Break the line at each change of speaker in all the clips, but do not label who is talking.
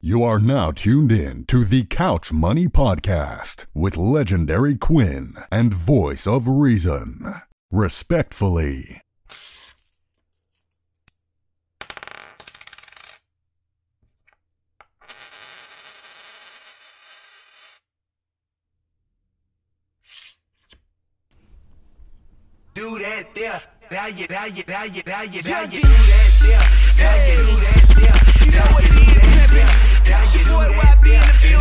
You are now tuned in to the Couch Money Podcast with legendary Quinn and voice of reason. Respectfully.
do that there. Now you, now you, now you, now you, now you do that there. Now you do that there. Now you do that there. Now you do that there.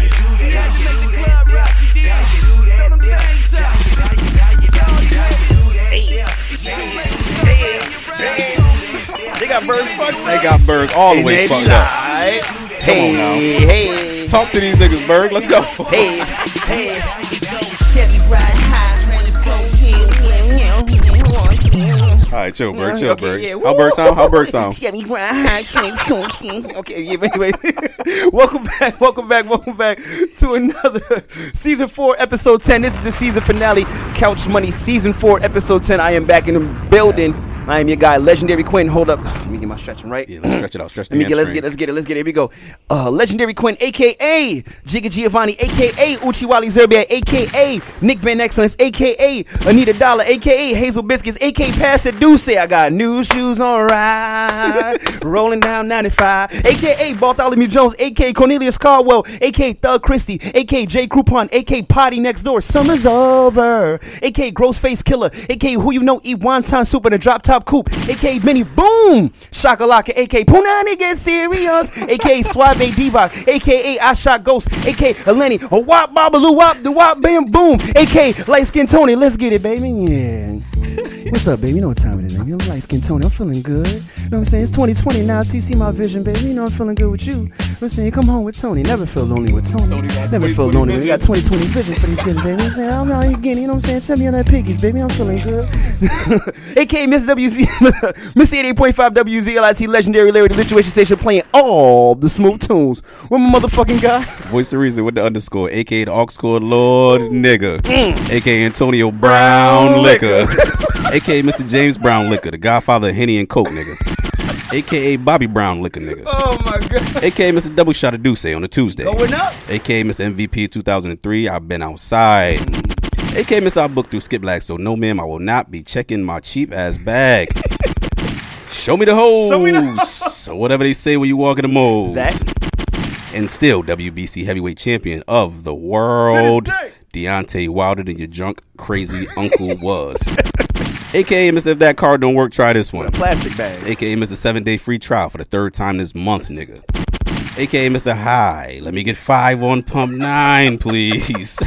Now you do that there. Now you do that there. Now you do that there. Now you, now you, now you, now you, now you do that there.
They got Berg fucked up.
They got Berg all the way
They
fucked
be
up.
like,
Come on now.
Hey, hey,
Talk to these niggas, Berg. Let's go.
hey.
Chevy ride high,
All right, chill, Berg. Chill,
Okay,
Berg.
yeah,
How Berg sound? How Berg sound?
Chevy ride high,
Okay, yeah, wait, wait. welcome back, welcome back, welcome back to another season four, episode ten. This is the season finale, Couch Money, season four, episode ten. I am back in the building. I am your guy, legendary Quinn. Hold up, let me get my stretching right.
Yeah, let's stretch it out. Stretch the
Let me get, let's get, let's
hamstrings.
get it, let's get it. Here we go. Uh, legendary Quinn, aka Jigga Giovanni, aka Uchiwali Zerbia, aka Nick Van Excellence, aka Anita Dollar, aka Hazel Biscuits, aka Pastor Deuce. I got new shoes on right, rolling down 95, aka Bartholomew Jones, aka Cornelius Carwell, aka Thug Christie, aka J Croupon, aka Potty Next Door. Summer's over, aka Gross Face Killer, aka Who You Know Eat Wonton Soup in a Drop Top Coupe, aka Mini Boom Shakalaka, aka Punani Get Serious, aka Suave Diva, aka I Shot Ghost, aka Eleni, a Wop Babaloo Wop, the Wop Bam Boom, aka Light Skin Tony. Let's get it, baby. Yeah. What's up, baby? You know what time it is, baby. I'm light skin Tony. I'm feeling good. You know what I'm saying? It's 2020 now, so you see my vision, baby. You know I'm feeling good with you. You know what I'm saying? Come home with Tony. Never feel lonely with Tony.
got
Never feel
20/20
lonely. We got
vision.
2020 vision for these kids, baby. You know what I'm saying? I'm out here getting, you know what I'm saying? Tell me on that piggies, baby. I'm feeling good. AKA Miss WZ, Miss 88.5 WZLIT Legendary Larry, the Lituation Station, playing all the smooth tunes. With my motherfucking guy.
Voice the reason with the underscore, aka the aux chord Lord nigga, aka Antonio Brown
Mm. Brown
Liquor, aka Mr. James Brown Liquor, the Godfather of Henny and Coke nigga, aka Bobby Brown Liquor nigga,
Oh my God.
aka Mr. Double Shot of Duce on a Tuesday,
Going up.
aka Mr. MVP 2003. I've been outside. aka Miss I booked through Skip Black, so no ma'am, I will not be checking my cheap ass bag. Show me the hoes.
Show me the
or whatever they say when you walk in the moles.
That-
and still WBC heavyweight champion of the world.
To this
Deontay Wilder than your drunk crazy uncle was. AKA Mr. If that card don't work, try this one.
Plastic bag.
AKA Mr. Seven Day Free Trial for the third time this month, nigga. AKA Mr. High, let me get five on pump nine, please.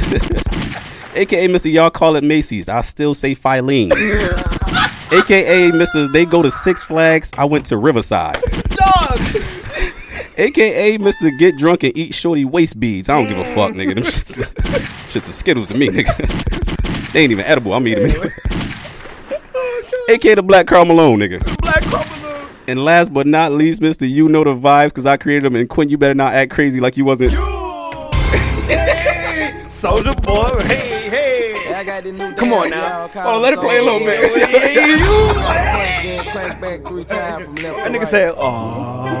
AKA Mr. Y'all call it Macy's, I still say Filene's. AKA Mr. They go to Six Flags, I went to Riverside. AKA Mr. Get Drunk and Eat Shorty Waist Beads. I don't give a fuck, nigga. Them shits, shits are Skittles to me, nigga. they ain't even edible, I'm eating them anyway. AKA the Black Carl Malone, nigga.
Black Crumbler.
And last but not least, Mr. You know the vibes, cause I created them. And Quinn, you better not act crazy like you wasn't.
Soldier boy, hey, hey.
I got the new
Come on now.
Oh, let it play a little bit.
Crank back three times from left.
That
to
nigga
right.
said, oh.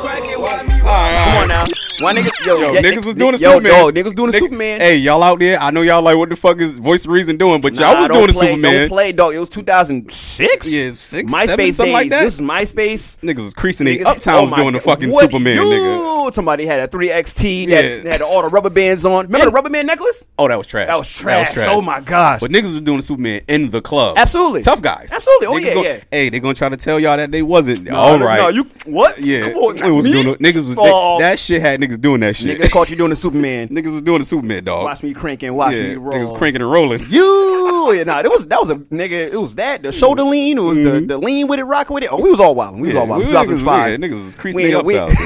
Come on now. Why niggas? Yo,
Yo,
yeah,
niggas was
yeah,
doing the
yo,
Superman.
Yo, niggas doing the
Nigga-
Superman.
Hey, y'all out there? I know y'all like what the fuck is Voice of Reason doing, but
Nah,
y'all was
don't
doing the
play,
Superman.
Don't play, dog. It was 2006.
Yeah, six,
MySpace
seven, something
days.
like that.
This is MySpace.
Niggas was creasing they
Niggas-
uptown was
oh my
doing the
God.
fucking
What
Superman,
you?
nigga.
Somebody had a 3XT
Yeah.
that had all the rubber bands on. Remember the rubber band necklace?
Oh, that was trash.
That was trash. Oh my gosh.
But niggas was doing Superman in the club.
Absolutely.
Tough guys.
Absolutely. Oh,
Niggas
yeah,
gon-
yeah.
Hey, they gonna try to tell y'all that they wasn't.
No,
All
no,
right.
No, you what?
Yeah.
Come on.
Niggas was
me?
doing the- niggas was
Oh,
that shit had niggas doing that shit.
niggas caught you doing the Superman.
Niggas was doing the Superman dog.
Watch me crank and watch
yeah,
me roll.
Niggas cranking and rolling.
You yeah, nah, that was that was a nigga. It was that
Mm-hmm.
the shoulder lean. It was the, the lean with it, rock with it. Oh, we was all wild. We was
Yeah,
all wild.
we- yeah,
2005.
niggas was
We
creasing
ain't-
their
we-
upsides.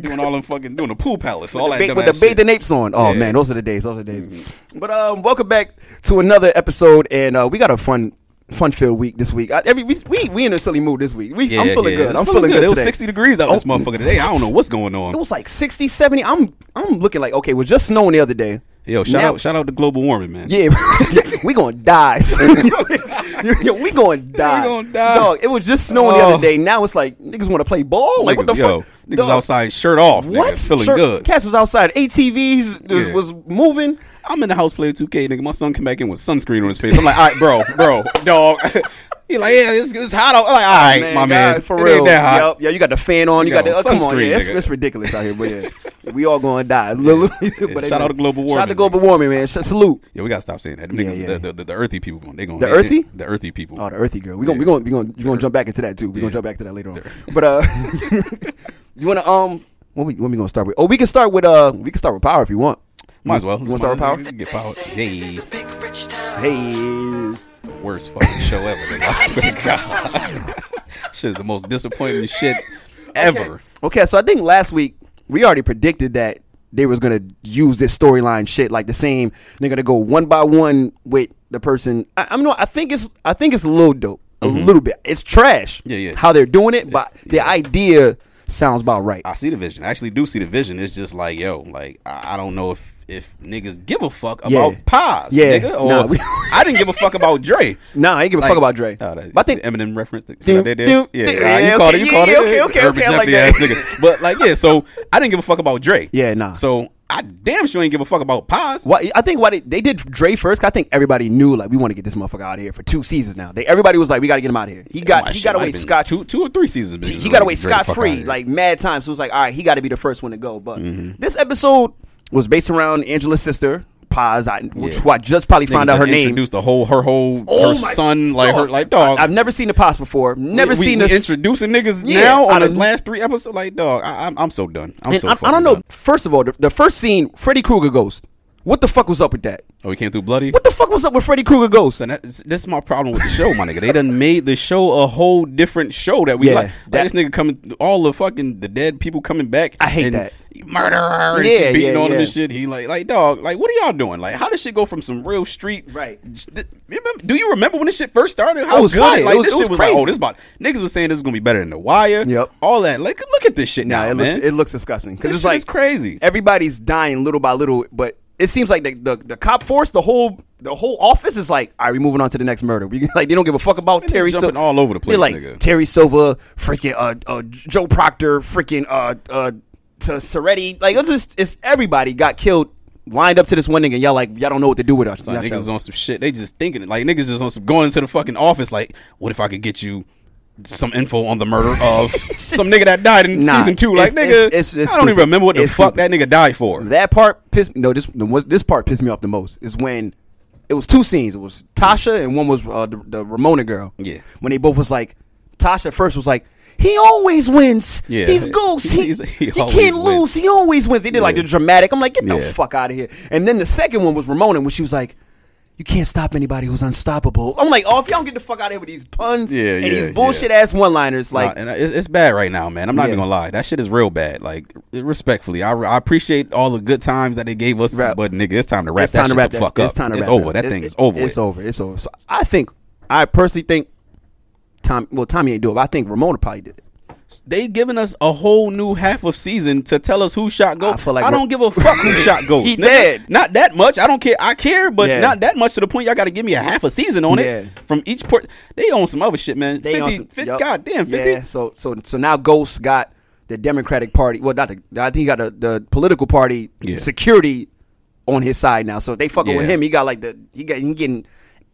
doing all them fucking doing the pool palace, all that
Ba-
dumb
with the
ass shit.
bathing apes on. Oh
Yeah. Mm-hmm.
man, those are the days. Those are the days. But um, welcome back to another episode, and uh, we got a fun, fun filled week this week. I, every we, we we in a silly mood this week. We, I'm
Yeah,
feeling
yeah.
good.
It's
I'm feeling good.
It was
today.
60 degrees out
Oh,
this motherfucker today. I don't know what's going
It
on.
was like 60, 70. I'm I'm looking like okay, it was just snowing the other day.
Yo, shout
Now-
out, shout out to global warming, man.
Yeah, we gonna die. son. Yo, yo, we gonna die.
gonna die.
Dog, it was just snowing the
Oh.
other day. Now it's like niggas want to play ball. Like what the
Niggas- yo,
fuck?
Niggas
Dog,
outside, shirt off. nigga,
What?
feeling
Sure,
good.
Cats was outside. ATVs was,
Yeah.
was moving.
I'm in the house playing 2K, nigga. My son come back in with sunscreen on his face. I'm like, all right, bro, bro, dog. He like, yeah, it's, it's hot out. I'm like, all right, my
God,
man,
for
It ain't
real.
that hot.
Yup, yeah, you got the fan on. You,
You
got,
got
the
on
uh, come on.
sunscreen,
Yeah, it's,
nigga.
it's ridiculous out here, but yeah, we all gonna die. It's little- but
Shout out to global
Shout out
warming,
to global warming, man. Sh- salute.
Yeah, we gotta stop saying that. Them
Yeah,
niggas,
yeah,
the,
yeah.
The, the, earthy people gonna they gonna
The
they-
earthy?
they- the earthy people.
Oh, the earthy girl. We gonna we gonna we gonna we gonna jump back into that too. We gonna jump back to that later on. But uh, you wanna um, what we what we gonna start with? Oh, we can start with uh, we can start with power if you want.
Might as well.
You wanna start with power?
We can Get power. Hey,
Hey,
it's the worst fucking show ever. Nigga. I swear to God. shit is the most disappointing shit ever.
okay. So I think last week we already predicted that they was gonna use this storyline shit like the same. They're gonna go one by one with the person. I, I'm not. I think it's I think it's a little dope, a little bit. It's trash.
Mm-hmm. Yeah, yeah.
How they're doing it, but the idea sounds about right.
I see the vision. I actually do see the vision. It's just like, yo, like I, I don't know if if niggas give a fuck
Yeah.
about pies,
Yeah.
nigga. Or
Nah, we-
I didn't give a fuck about Dre.
Nah, I ain't give a
Like-
fuck about Dre.
Oh, that-
but I think
it's the Eminem reference. That,
Doom,
that, that,
doom,
yeah,
doom.
nah,
Yeah,
you called
okay,
it. You
yeah,
called
yeah,
it.
okay, okay,
Urban
okay, I like
Jeopardy ass
that.
nigga. But like, yeah. So I didn't give a fuck about Dre.
Yeah, nah.
So I damn sure ain't give a fuck about Paz.
Why, I think why they, they did Dre first. 'cause I think everybody knew like we want to get this motherfucker out of here for two seasons now. They everybody was like we got to get him out of here. He got
Oh, My
he
shit
got
might
away
have been
scotch.
two, two or three seasons.
He got away scot free like mad time. So it was like all right, he got to be the first one to go. But
Mm-hmm.
this episode was based around Angela's sister Paz, I, which
Yeah.
who I just probably found out her name. Oh
Introduced the whole her whole her
my
son like her
dog.
like dog.
I, have never seen the Paz before. Never
we,
seen
we,
this.
we introducing niggas
Yeah,
now
out
on
of-
his last three episodes. Like dog, I, I'm I'm so done. I'm
and
so
I, I
fucking
don't know.
done.
First of all, the, the first scene, Freddy Krueger Ghost. What the fuck was up with that?
Oh, he came through bloody.
What the fuck was up with Freddy Krueger Ghost?
So that's, that's my problem with the show, my nigga. They done made the show a whole different show that we
Yeah,
like. Like
that-
this nigga coming, all the fucking the dead people coming back.
I hate
and
that.
murderer. And
Yeah,
she beating
yeah,
on him
yeah.
and shit. He like, like dog, like what are y'all doing? Like how does shit go from some real street?
Right.
Th- remember- do you remember when this shit first started? How
it was
good?
funny. It
Like
was-
this
it was
shit was like,
crazy.
oh, this about niggas was saying this is gonna be better than the wire.
Yep.
All that. Like look at this shit
Nah,
now,
it
man.
looks it looks disgusting because
This
it's
shit
like
is crazy.
Everybody's dying little by little, but it seems like the, the, the cop force, the whole the whole office is like, all right, we moving on to the next murder. We like they don't give a fuck about
They
Terry
jumping
Silva
all over the place,
They're like
nigga.
Terry Silva, freaking uh, uh Joe Proctor, freaking uh uh to Soretti. Like it's just it's everybody got killed. Lined up to this one nigga, y'all like y'all don't know what to do with us.
Son,
Y'all
niggas
trying-
is on some shit. They just thinking it. Like niggas just on some going into the fucking office. Like, what if I could get you some info on the murder of some nigga that died in
Nah,
season two? Like,
it's- it's-
nigga,
it's- it's
I don't even
stupid.
remember what the
It's
fuck
stupid.
that nigga died for.
That part pissed me. No, this the, one- this part pissed me off the most is when it was two scenes. It was Tasha and one was uh, the, the Ramona girl.
Yeah.
When they both was like, Tasha first was like, he always wins.
Yeah.
He's ghost. He,
He's- he
he
always
can't
wins."
lose. He always wins. They did like the
Yeah.
dramatic. I'm like, get the
Yeah.
fuck out of here. And then the second one was Ramona when she was like. You can't stop anybody who's unstoppable. I'm like, oh, if y'all don't get the fuck out of here with these puns
Yeah,
and
yeah,
these
yeah.
bullshit ass one liners,
Nah,
like,
and I- it's, it's bad right now, man. I'm not
Yeah.
even gonna lie. That shit is real bad. Like, respectfully, I, I appreciate all the good times that they gave us,
Rap.
but nigga, it's time to wrap
it's
that
time
shit
to wrap
the
that.
fuck up.
It's time to
it's
wrap it
over.
up.
That
It-
thing
it-
is over.
It's
with.
over. It's over. So I think I personally think Tom. Well, Tommy ain't do it, but I think Ramona probably did it.
They giving us a whole new half of season to tell us who shot Ghost. I,
I feel like
don't
we're-
give a fuck who shot Ghost.
He
nigga.
dead.
Not that much. I don't care. I care, but
Yeah.
not that much to the point y'all got to give me a half a season on
Yeah.
it from each port. They own some other shit, man.
They
50,
on some-
50
yup.
goddamn, 50.
Yeah. So so so now Ghost got the Democratic Party. Well, not the. I think he got the, the political party
Yeah.
security on his side now. So if they fucking with
Yeah.
him, he got like the he got he getting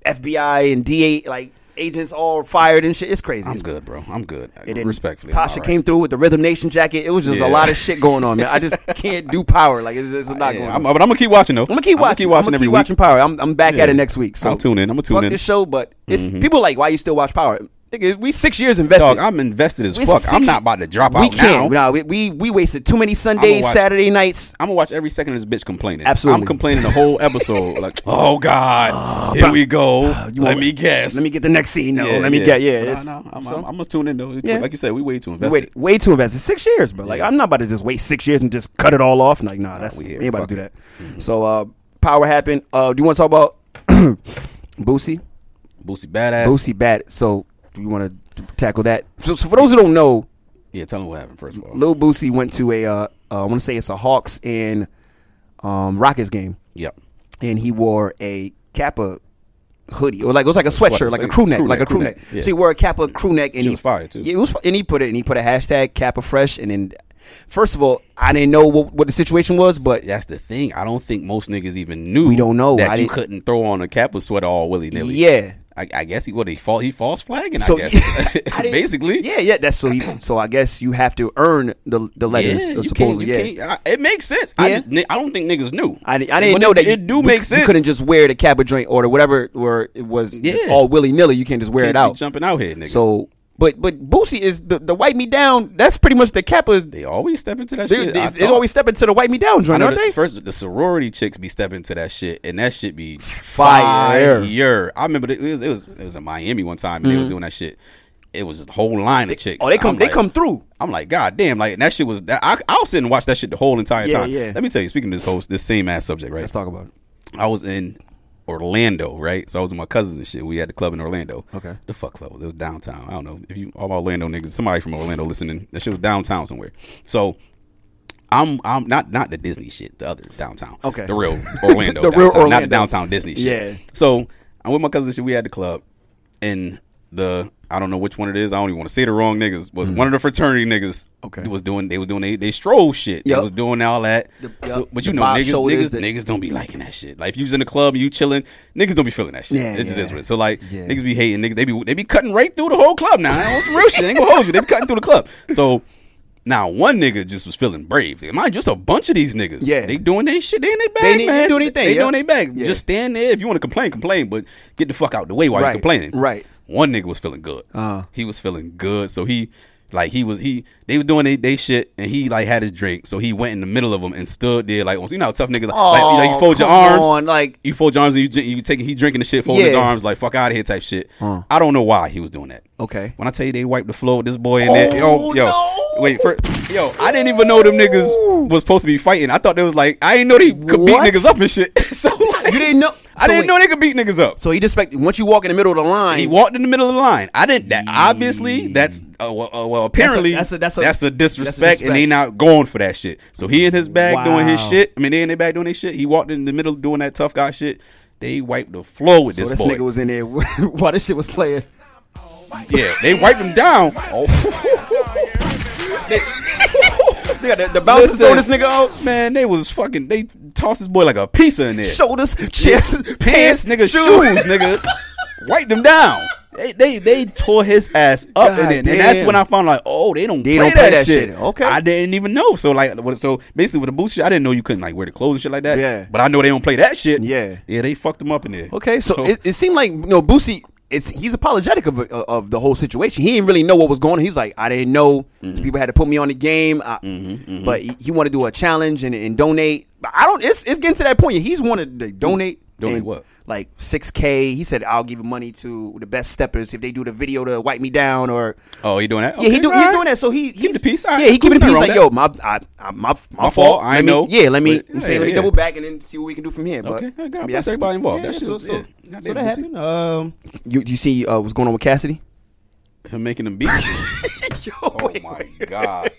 FBI and DA like agents all fired and shit. It's crazy.
I'm
It's
good, bro. I'm good.
And then
Respectfully. I'm
Tasha
alright.
came through with the Rhythm Nation jacket. It was just
Yeah. Uh,
a lot of shit going on, man. I just can't do power. Like it's, it's not going.
Yeah,
on.
I'm, but I'm gonna keep watching though.
I'm gonna keep watching. I'm gonna
every
keep
week.
watching Power. I'm, I'm back at
Yeah.
it next week. So
I'll tune in. I'ma tune
fuck
in. Mm-hmm.
this show, but it's people like why you still watch Power. Nigga, we six years invested.
Dog, I'm invested as
We
fuck. I'm
six-
not about to drop
we
out now.
can't. Nah, we, we we wasted too many Sundays,
watch-
Saturday nights.
I'm gonna watch every second of this bitch complaining.
Absolutely. Uh,
I'm complaining the whole episode. like, oh god, here we go.
You
let
want-
me guess.
Let me get the next scene. No,
Yeah,
let me
yeah.
get yeah.
But
it's-
no, no, I'm, I'm, I'm gonna tune in though.
Yeah.
Like you said, we way too
we
invested.
waited way too invested. Six years, bro. Like I'm not about to just wait six years and just cut it all off. Like nah, that's
we
we
here.
ain't about to do
Fuck Mm-hmm.
that. So uh, Power happened. Uh, do you want to talk about Boosie?
Boosie badass.
Boosie bad. So do you want to tackle that? So, so for those who don't know,
Yeah, tell him what happened first of all.
Lil Boosie went to a uh, uh, I want to say it's a Hawks and um, Rockets game.
yep.
and he wore a Kappa hoodie or like it was like a sweatshirt,
Sweater,
like a
like
crew neck, like a crew neck.
yeah.
So he wore a Kappa crew neck, and
She
he
was fire, too.
Yeah, it was, fi- and he put it, and he put a hashtag Kappa Fresh, and then first of all, I didn't know what, what the situation was, but
That's the thing. I don't think most niggas even knew.
We don't know.
that
I
you
didn't-
couldn't throw on a Kappa sweater all willy nilly.
yeah.
I, I guess he what he fall he false flagging.
So
I guess
I didn't-
basically.
yeah, yeah. That's so. He, so I guess you have to earn the the letters.
you
supposedly,
can't-
yeah.
you can't- I- it makes sense. I,
Yeah.
just, ni- I don't think niggas knew.
I, di- I
But
didn't know
it,
that
it
you,
do
we-
make sense.
You couldn't just wear the Kappa drink or whatever, where it was just
Yeah.
all willy nilly. You can't just wear
Can't
it
be
out.
jumping out here, nigga.
So, but but Boosie is the, the wipe me down. That's pretty much the Kappa. They,
they always step into that
they,
shit. I
they
thought-
always step into the wipe me down
I
joint,
know
aren't
the-
they?
First, the sorority chicks be stepping into that shit, and that shit be
Fire. Mm-hmm.
fire. I remember it was it was, it was in Miami one time, and they was doing that shit. It was just a whole line of chicks.
oh, they come
I'm
they
like-
come through.
I'm like, God damn! Like and that shit was. That, I I was sitting and watched that shit the whole entire
Yeah,
time.
yeah.
Let me tell you. Speaking of this whole this same ass subject, right?
Let's talk about it.
I was in Orlando, right? So I was with my cousins and shit. We had the club in Orlando.
Okay.
The fuck club. It was downtown. I don't know if you all my Orlando niggas. Somebody from Orlando listening. That shit was downtown somewhere. So. I'm I'm not not the Disney shit. The other downtown.
Okay.
The real Orlando.
The real
downtown, Not
Orlando.
the downtown Disney shit.
Yeah.
So I'm with my cousins and shit. We had the club, and the I don't know which one it is. I don't even want to say the wrong niggas. Was one of the fraternity niggas.
Mm-hmm. Okay.
Was doing they was doing they, they stroll shit. They
Yup.
was doing all that.
The-
So-
yup.
but
The
you know
bob
niggas
shoulders,
niggas
the-
niggas don't be liking that shit. Like if you was in the club and you chilling, niggas don't be feeling that shit.
Yeah,
it just
yeah.
is what it is. So like
Yeah.
niggas be hating niggas. They be they be cutting right through the whole club now. I don't real shit. Ain't gonna hold you. They be cutting through the club. So now one nigga just was feeling brave. Mind just a bunch of these niggas.
Yeah.
They doing their shit. They in their bag,
didn't
man.
do anything,
They
yeah.
doing their bag.
Yeah.
Just stand there. If you want to complain, complain, but get the fuck out the way while
Right,
you're complaining.
right.
One nigga was feeling good.
Uh-huh.
He was feeling good. So he like he was he they was doing they, they shit and he like had his drink. So he went in the middle of them and stood there like you know how tough niggas like,
Oh,
like, you fold your
come
arms.
on, like-
you fold your arms and you drink- you taking he drinking the shit, folding his
Yeah.
arms like fuck out of here type shit. I don't know why he was doing that.
Okay. Oh,
When I tell you they wiped the floor with this boy in there, yo, yo,
no.
wait, for, yo, I didn't even know them niggas was supposed to be fighting. I thought they was like, I didn't know they could
What?
beat niggas up and shit. so like,
You didn't know-
I
so
didn't
wait.
know they could beat niggas up.
So he just like once you walk in the middle of the line,
He walked in the middle of the line. I didn't. That obviously that's uh, well, uh, well. Apparently
Mm. that's a- that's a-
disrespect,
that's a
and they
disrespect.
not going for that shit. So he in his bag doing his
Wow.
shit. I mean, they in their bag doing their shit. He walked in the middle doing that tough guy shit. They wiped the floor with
so
this
this
boy.
nigga was in there while this shit was playing.
yeah, they wiped him down. Oh,
Yeah, the, the bouncers
Listen,
throw this nigga out.
man, they was fucking. They tossed this boy like a pizza in there.
Shoulders, chest, pants,
pants, nigga, shoes,
shoes.
nigga. Wipe them down. They, they they tore his ass up,
God
and, then, and that's
damn.
when I found like, oh, they don't
They
play
don't play
that,
that
shit.
shit. Okay.
I didn't even know. So like, what- so basically with the boots, shit, I didn't know you couldn't like wear the clothes and shit like that.
Yeah.
but I know they don't play that shit.
Yeah.
yeah, they fucked them up in there.
Okay, so it, it seemed like you know Boosie. It's he's apologetic of of the whole situation. He didn't really know what was going on. He's like, I didn't know.
Mm-hmm.
Some people had to put me on the game, I, but he, he wanted to do a challenge and, and donate. But I don't. It's it's getting to that point. He's wanted to donate.
Donate
and,
what?
Like six k. He said, I'll give you money to the best steppers if they do the video to wipe me down or.
oh, you doing that?
Yeah, he
Okay,
do, he's
alright.
doing that. So he he's,
the peace. All right,
Yeah, he
cool.
keeping the
Nothing
peace.
wrong
Like,
with
yo, my, I, I, my, my,
fault. I
Let me-
know.
Yeah, let me.
But-
I'm saying, let me
yeah, yeah.
double back and then see what we can do from here. But
Okay, God
I mean,
bless
that's-
everybody involved.
Yeah,
That shit
so,
was-
so,
yeah.
so that happened. Um,
You you see uh, what's going on with Cassidy?
Him making them beats. oh my god.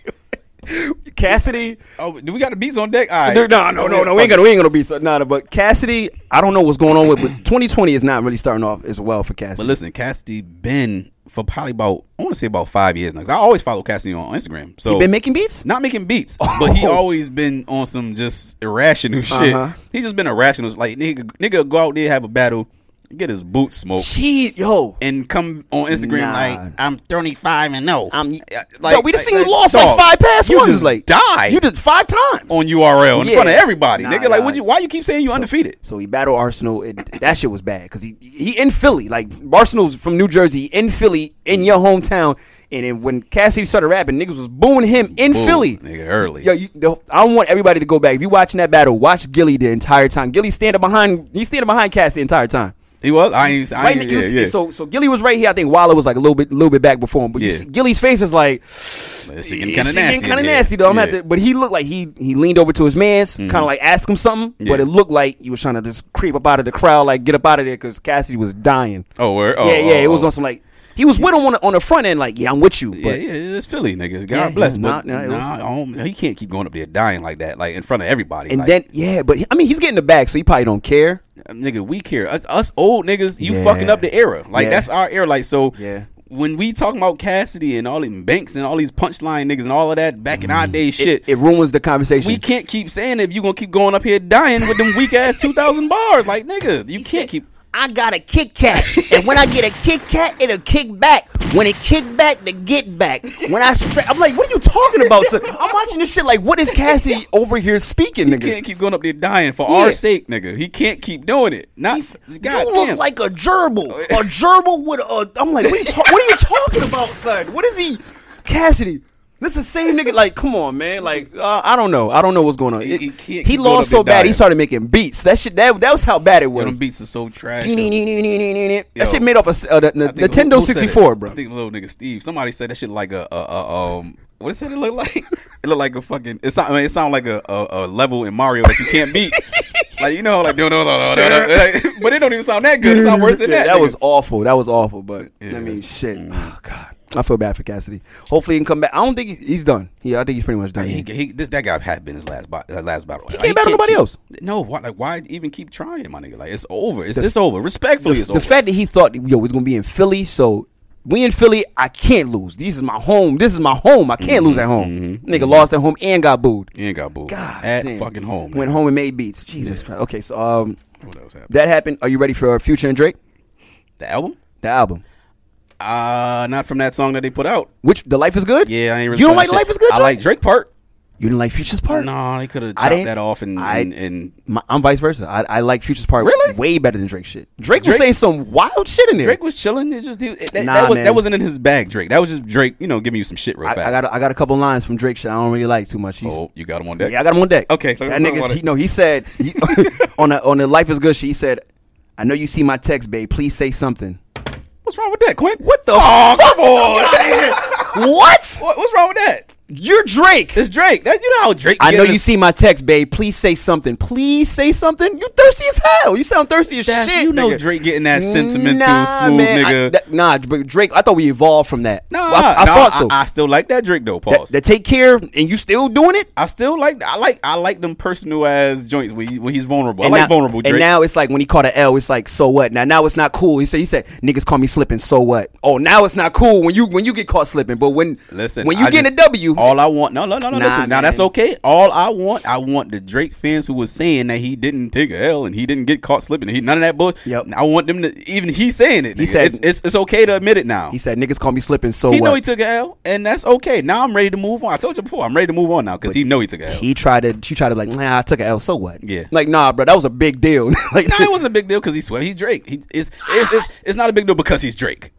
Cassidy,
Oh, do we got the beats on deck? All right.
Dude, no, no, no, no. We ain't gonna, we ain't gonna be so nada. But Cassidy, I don't know what's going on with, but 2020 is not really starting off as well for Cassidy.
But listen, Cassidy been for probably about I want to say about five years now. 'Cause I always follow Cassidy on Instagram. So
he been making beats. Oh.
not making beats, but he always been on some just irrational shit.
Uh-huh.
He's just been irrational. Like nigga, nigga go out there have a battle, get his boots smoked,
She, yo,
and come on Instagram
Nah.
like I'm 35 and no.
I'm
Uh,
like, yo, we just
like-
seen you
like,
lost like
dog,
five past
you
ones.
just
like
die.
You just five times.
on URL in
Yeah.
front of everybody,
Nah,
nigga. Like,
nah.
what you? Why you keep saying you undefeated?
so he battled Arsenal. And that shit was bad because he he in Philly. Like Arsenal's from New Jersey, in Philly, in your hometown. And then when Cassidy started rapping, niggas was booing him in
Boo,
Philly.
nigga, early.
Yo, you, the, I want everybody to go back. If you watching that battle, watch Gilly the entire time. Gilly standing behind. He's standing behind Cass the entire time.
He was. I ain't. I
Right,
ain't
he was-
yeah, yeah.
So so Gilly was right here. I think Waller was like a little bit little bit back before him. But you
Yeah.
see, Gilly's face is like
That shit getting kind of nasty. in
kind of
here.
nasty though. I'm
Yeah. Mm-hmm.
gonna have to, but he looked like he he leaned over to his man's, kind of like ask him something. But
Yeah.
it looked like he was trying to just creep up out of the crowd, like get up out of there because Cassidy was dying.
Oh, word? Oh,
yeah, yeah.
oh,
It was
oh.
on some like He was with him on the, on the front end, like, yeah, I'm with you. But
yeah, yeah, it's Philly, nigga. God
Yeah,
bless.
yeah,
But
nah, nah, it was-
nah, I don't- he can't keep going up there dying like that, like in front of everybody.
and
like, uh,
then yeah, but he- I mean, he's getting the bag, so he probably don't care.
nigga, we care. Us, us old niggas, you
Yeah.
fucking up the era. Like
Yeah.
that's our era. Like so,
Yeah.
when we talking about Cassidy and all these banks and all these punchline niggas and all of that back in our day, shit.
Mm. It, it ruins the conversation.
we can't keep saying if you gonna keep going up here dying with them weak ass two thousand bars, like nigga, you can't keep.
I got a Kit Kat, and when I get a Kit Kat, it'll kick back. When it kick back, the get back.
when I stra- I'm like, what are you talking about? Son? I'm watching this shit. Like, what is Cassidy over here speaking, nigga?
Can't keep going up there dying for
Yeah.
our sake, nigga. He can't keep doing it. Not
He's-
God
you look
damn.
like a gerbil. A gerbil with a. I'm like, what are you, ta- what are you talking about, son? What is he, Cassidy? This the same nigga. Like, come on, man. Like, uh, I don't know. I don't know what's going on.
He-
It-
he
he
can't keep going
lost
up
so
and
bad, he
dying.
started making beats. That shit. That that was how bad it
Yo,
was.
them beats are so trash. though.
That
Yo.
shit made off a uh, the, the,
I think-
Nintendo
who said it?
64, bro.
I think little nigga Steve. Somebody said that shit like a, a, a um. What does that look like? It look like a fucking. It sound. I mean, it sound like a, a, a level in Mario that you can't beat. like you know, like no no no no no. no. Like, but it don't even sound that good. It sound worse than
Yeah,
that.
that
nigga.
was awful. That was awful. But
Yeah.
I mean, shit. Oh, God, I feel bad for Cassidy. Hopefully, he can come back. I don't think he- he's done. Yeah, I think he's pretty much done.
He, he, this that guy had been his last bo- uh, last battle. He
can't battle nobody
keep-
else.
No, why, like why even keep trying, my nigga? Like it's over. It's, it's over. Respectfully, it's
the
over.
fact that he thought, yo, we're gonna be in Philly, so we in Philly, I can't lose. This is my home. This is my home. I can't lose
Mm-hmm.
at home. Nigga lost at home and got booed.
he ain't got booed.
God
at
damn.
fucking home.
Went
man.
home and made beats. Jesus Christ. Okay, so um,
What else happened?
that happened. Are you ready for uh, Future and Drake?
the album?
The album,
Uh not from that song that they put out.
which the Life is Good.
Yeah, I ain't really
you don't
tryna
like
shit.
Life is Good.
I
Drake?
like Drake part.
You didn't like Future's part.
No, they could have
I
chopped
didn't-
that off and
I-
and, and
My, I'm vice versa. I, I like Future's part
Really?
way better than Drake shit. Drake, was
Drake-
saying some wild shit in there.
Drake was chilling. It just he, it- that,
Nah,
that was
man.
that wasn't in his bag. Drake. That was just Drake. You know, giving you some shit real
I,
fast.
I got a, I got a couple lines from Drake shit I don't really like too much. He's,
oh, you got him on deck.
Yeah, I got him on deck.
Okay, so
that
let's talk about
nigga.
it.
He, no, he said he, on the on the Life is Good. shit, He said, "I know you see my text, babe. Please say something."
What's wrong with that, Quinn?
What the?
Oh,
fuck?
come on.
what?
What- What's wrong with that?
You're Drake.
It's Drake. That you know how Drake.
I
get
know
in
you
his-
see my text, babe. Please say something. Please say something. You thirsty as hell. You sound thirsty as
That's-
shit.
you know
nigga.
Drake getting that sentimental, smooth
I,
nigga.
that- nah, but Drake. I thought we evolved from that.
Nah,
Well, I, I
nah,
thought so.
I, I still like that Drake though.
that,
Pause.
that take care, and you still doing it.
I still like. I like. I like them personal ass joints when, he, when he's vulnerable.
And
I like
now,
vulnerable Drake.
And now it's like when he caught an L, it's like so what? Now now it's not cool. He said he said niggas call me slipping. So what? Oh now it's not cool when you when you get caught slipping. But when
Listen,
when you
I
get
just-
a W,
all I want. No, no, no, no.
Nah,
listen, now that's
man.
okay. All I want, I want the Drake fans who was saying that he didn't take a L and he didn't get caught slipping. He none of that bullshit.
Yep.
I want them to even he saying it.
He
He
said-
said it's, it's it's okay to admit it now.
he
He,
said niggas call me slipping. So
know he
what?
took a L, and that's okay. Now I'm ready to move on. I told you before, I'm ready to move on now because he know he took a L.
He tried to she tried to like nah I took an L. So what?
Yeah.
Like nah, bro, that was a big deal. like
no, it wasn't a big deal because he swear he's Drake. He, it's, it's it's it's not a big deal because he's Drake.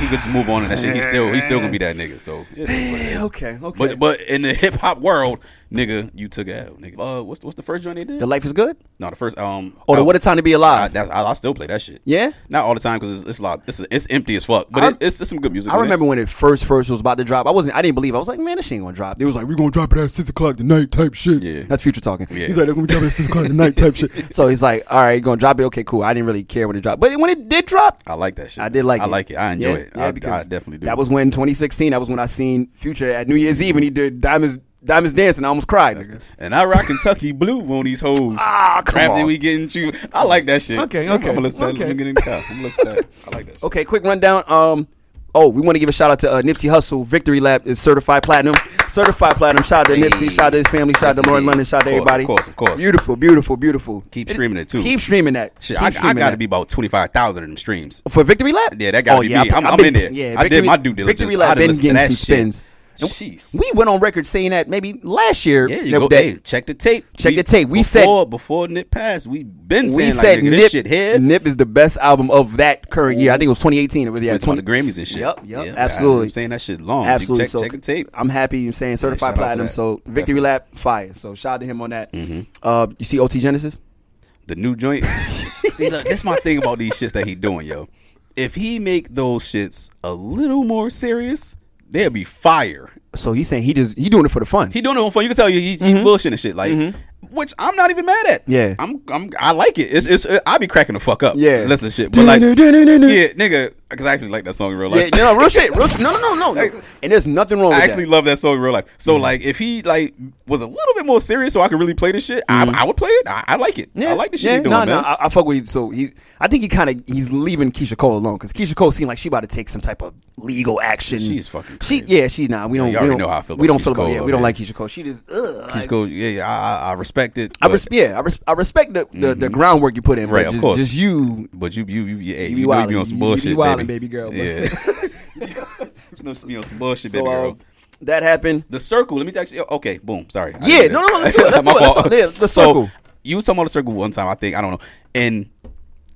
He could just move on and that shit. He's still he's still gonna be that nigga. So it is what it is.
Okay, okay.
But but in the hip hop world, nigga, you took a L. Nigga, uh, what's what's the first joint they did?
the life is good.
No, the first um.
Or Oh, the
album.
what a time to be
I,
alive.
that's, I, I still play that shit.
Yeah?
not all the time because it's, it's a lot. It's it's empty as fuck. But
I-
it, it's, it's some good music.
I
on it.
remember when it first first was about to drop. I wasn't. I didn't believe. it. I was like, man, this shit ain't gonna drop. It was like,
We're gonna drop it at six o'clock tonight type shit.
Yeah.
that's future talking.
Yeah.
He's like, they're gonna drop it at six o'clock tonight type shit.
So he's like, all right, you gonna drop it? Okay, cool. I didn't really care when it dropped, but when it did drop,
I like that shit.
I did like
I
it.
like it. I enjoy
Yeah,
it.
yeah,
I, I
because
definitely do.
That was when 2016. That was when I seen Future at New Year's Eve and he did Diamonds Diamonds Dance and I almost cried. nigga.
and I rock Kentucky Blue on these hoes.
Ah, come
Crap that
on.
we getting you. I like that shit.
Okay,
I'm
okay,
gonna listen
okay.
to that. I'm gonna get in the car. I'm gonna listen to that. I like that. Shit.
Okay, quick rundown. Um, oh, we want to give a shout out to uh, Nipsey Hustle. Victory Lap is certified platinum. Certified platinum. Shout out to Nipsey. Shout out to his family. Shout out
Yes,
to Lauren
indeed.
London. Shout out to
Of course,
everybody.
of course, of course.
Beautiful, beautiful, beautiful.
Keep
It-
streaming it, too.
Keep streaming that.
Shit,
Keep
I, I
streaming
gotta
that.
be about twenty five thousand of them streams.
for Victory Lap.
Yeah, that gotta be me.
I- I've
I'm- I'm
been-
in there. I did my due diligence.
Victory
I
Lap
done
been
listened to
getting
that
some
shit.
spins. And
Jeez.
We went on record saying that maybe last year.
Yeah, you
that-
go.
that-
hey, check the tape.
Check the tape. We said-
before, before Nip passed, we been saying
we
like,
said
nigga,
Nip,
this shit here.
Nip is the best album of that current year. I think it was 2018. It was, yeah,
It's one
20
of the Grammys and shit.
Yep, yep,
Yeah,
absolutely.
I'm saying that shit long. You
Absolutely.
Check,
so
check the tape.
I'm happy. You're saying certified
shout out to
platinum.
that. Mm-hmm.
So victory lap fire. So shout out to him on that. Uh, you see OT Genesis?
the new joint. See, look, that's my thing about these shits that he doing, yo. If he make those shits a little more serious, they'll be fire.
So he's saying he just he doing it for the fun.
He doing it on fun. You can tell you he's he bullshitting and shit like, which I'm not even mad at.
Mm-hmm. Yeah.
I'm, I'm I like it. It's, it's I be cracking the fuck up.
Yeah.
listen to shit. But like, yeah, nigga, because I actually like that song in real
Yeah,
life.
no, real shit. Real, sh- no, no, no, no, no. And there's nothing wrong with
I
that.
actually
Mm-hmm.
love that song in real life. So like, if he like was a little bit more serious, so I could really play this shit, I, I would play it. I, I like it. I like the shit
Mm-hmm. yeah.
he doing,
no,
man.
no, I, I fuck with you. So he, I think he kind of he's leaving Keisha Cole alone because Keisha Cole seemed like she about to take some type of legal action.
She's fucking
She,
crazy.
yeah, she. Nah, we don't.
you
we
already
don't,
know how I feel
We
about
don't feel
Keisha
about.
Cole,
Yeah,
though,
we don't
man.
like Keisha Cole. She just. Ugh,
Keisha
like-
Cole, yeah, yeah, I, I- I respect it.
I
but- Mm-hmm.
respect. Yeah, I, res- I respect the, the, the groundwork you put in.
Right,
but
of
just,
course.
Just you.
But you, you, you, yeah,
be
you, know you be
wildin'. You-
on some
you be
bullshit,
wildin', baby girl, bro.
Yeah, you know, you be on some bullshit,
So
baby
uh,
girl.
that happened.
The circle. Let me actually. oh, Okay, boom. Sorry. I
Yeah,
did
no,
that.
no, no, let's do it, let's
My
do it, let's
fault.
do it. Yeah, the
So,
circle.
you was talking about the circle one time, I think. I don't know. And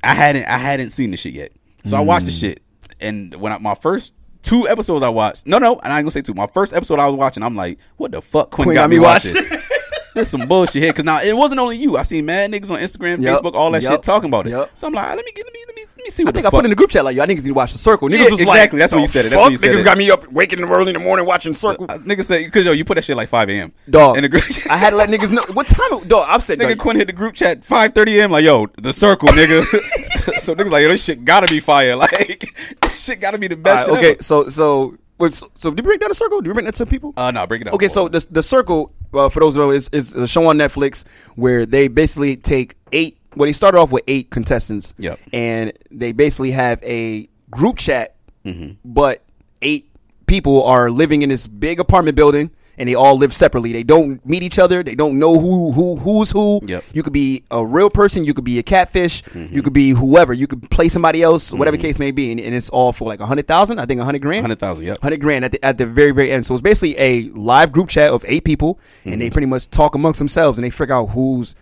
I hadn't, I hadn't seen the shit yet. So I watched the
Mm.
shit, and when I, my first two episodes I watched, no, no, and I ain't gonna say two. My first episode I was watching, I'm like, what the fuck? Quinn,
Quinn
got, me watching. There's some bullshit here, cause now it wasn't only you. I seen mad niggas on Instagram,
Yep,
Facebook, all that
yep,
shit talking about it.
yep.
So I'm like, ah, let me get, let me, let me, let me see
I
what
think
the
I
fuck.
put in the group chat like, y'all niggas need to watch the circle. Niggas
Yeah,
was
exactly.
like,
That's when
"The
you said it. That's
fuck?
when you said
niggas
it.
got me up waking up early in the morning watching circle.
Uh, nigga said, cause yo, you put that shit like 5 a.m.
Dog,
in the group.
I had to let niggas know what time. It, dog, I'm saying,
Nigga Quinn hit the group chat 5:30 a.m. Like, yo, the circle, nigga. so niggas like, yo, this shit gotta be fire. Like, this shit gotta be the
All
best.
right,
shit
okay,
ever.
so so wait, so, so did we break down the circle? Did we break that to people?
Uh, nah, break it down.
okay, so the the circle uh, for those who know is is a show on Netflix where they basically take eight. Well, they started off with eight contestants.
Yep.
And they basically have a group chat, Mm-hmm. but eight people are living in this big apartment building. And they all live separately. They don't meet each other. They don't know who who who's who.
Yep.
You could be a real person. You could be a catfish. You could be whoever. You could play somebody else. Whatever case may be. And, and it's all for like a hundred thousand. I think Mm-hmm. a hundred grand.
100,000, yep.
Hundred grand at the at the very very end. So it's basically a live group chat of eight people, and
Mm-hmm.
they pretty much talk amongst themselves, and they figure out who's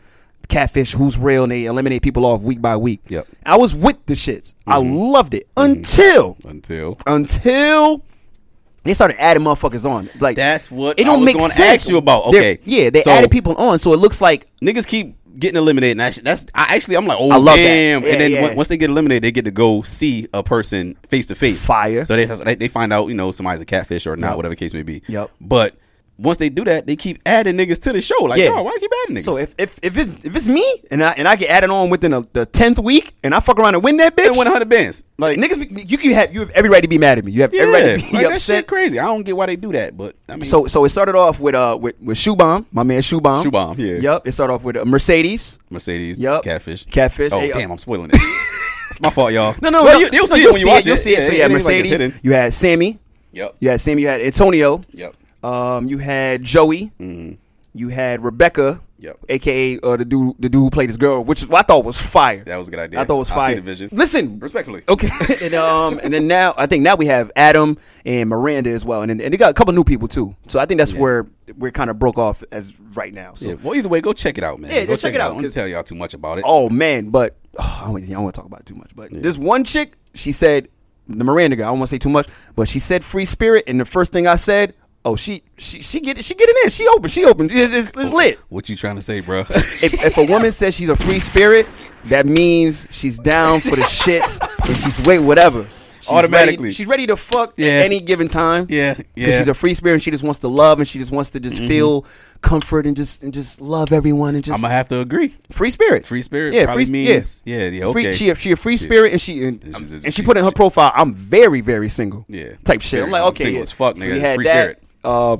catfish, who's real, and they eliminate people off week by week.
Yep. Mm-hmm.
I was with the shits. I loved it until
until
until they started adding motherfuckers on. Like
That's what
it
I
don't
was
make
gonna
sense.
ask you about.
They're-
Okay.
yeah, they
So-
added people on, so it looks like
niggas keep getting eliminated. And that's, that's I actually I'm like, oh
I love that.
damn.
Yeah,
and then
yeah.
on- once they get eliminated, they get to go see a person face to face.
Fire.
So they, they they find out you know somebody's a catfish or not, whatever the case may be.
Yep.
But once they do that, they keep adding niggas to the show. Like,
Yeah.
yo, why keep adding niggas?
So if if, if it's if it's me and I and I get added on within a, the tenth week and I fuck around and win that bitch,
they win 100 bands.
Like niggas, be- you can have you have every right to be mad at me. You have every right to be
like, that shit
upset.
crazy. I don't get why they do that, but I mean,
So so it started off with uh with with Shoe Bomb, my man Shoe Bomb.
Shoe Bomb, yeah.
Yep. It started off with uh, Mercedes.
Mercedes,
Yup.
catfish,
Catfish.
Oh
Hey,
damn,
uh,
I'm spoiling it. it's my fault, y'all.
No, no,
Well,
no,
you, you'll
no,
see it when you watch
You'll
it.
see it. so you had
ain't like it's
Mercedes.
hidden.
you had Sammy.
Yup.
You had Sammy. You had Antonio.
Yep.
Um, you had Joey. You had Rebecca.
Mm-hmm. Yep.
AKA uh, the dude the dude who played his girl, which is, I thought was fire.
That was a good idea.
I thought it was
I see
fire.
the vision.
Listen,
Respectfully.
Okay. and um and then now I think now we have Adam and Miranda as well, and then- and they got a couple new people too. So I think that's where we're kind of broke off as right now. So
Yeah, well, either way, go check it out, man.
Yeah,
go
check it out,
I don't
'cause-
tell y'all too much about it.
oh man, but oh, I don't, I don't want to talk about it too much. But this one chick, she said the Miranda girl. I don't want to say too much, but she said free spirit, and the first thing I said, oh she she she get it, she get it in, she open, she open, it's, it's,
Oh.
it's lit.
What you trying to say, bro?
If, if a woman says she's a free spirit, that means she's down for the shits and she's wait whatever. She's
Automatically.
ready- she's ready to fuck
Yeah.
at any given time.
Yeah,
Because
yeah. Mm-hmm.
she's a free spirit and she just wants to love and she just wants to just feel comfort and just and just love everyone and just
I'm gonna have to agree.
Free spirit.
Free spirit
Yeah,
probably
free
means-
yeah.
yeah, yeah,
Free,
okay.
she a- she a free
She-
spirit and she and,
She's just-
and she
she-
put in her
she-
profile. I'm very very single.
Yeah.
Type shit. I'm
Very-
like
I'm
okay.
single
yeah.
as fuck,
So
nigga.
you had
Free
that.
spirit.
Uh,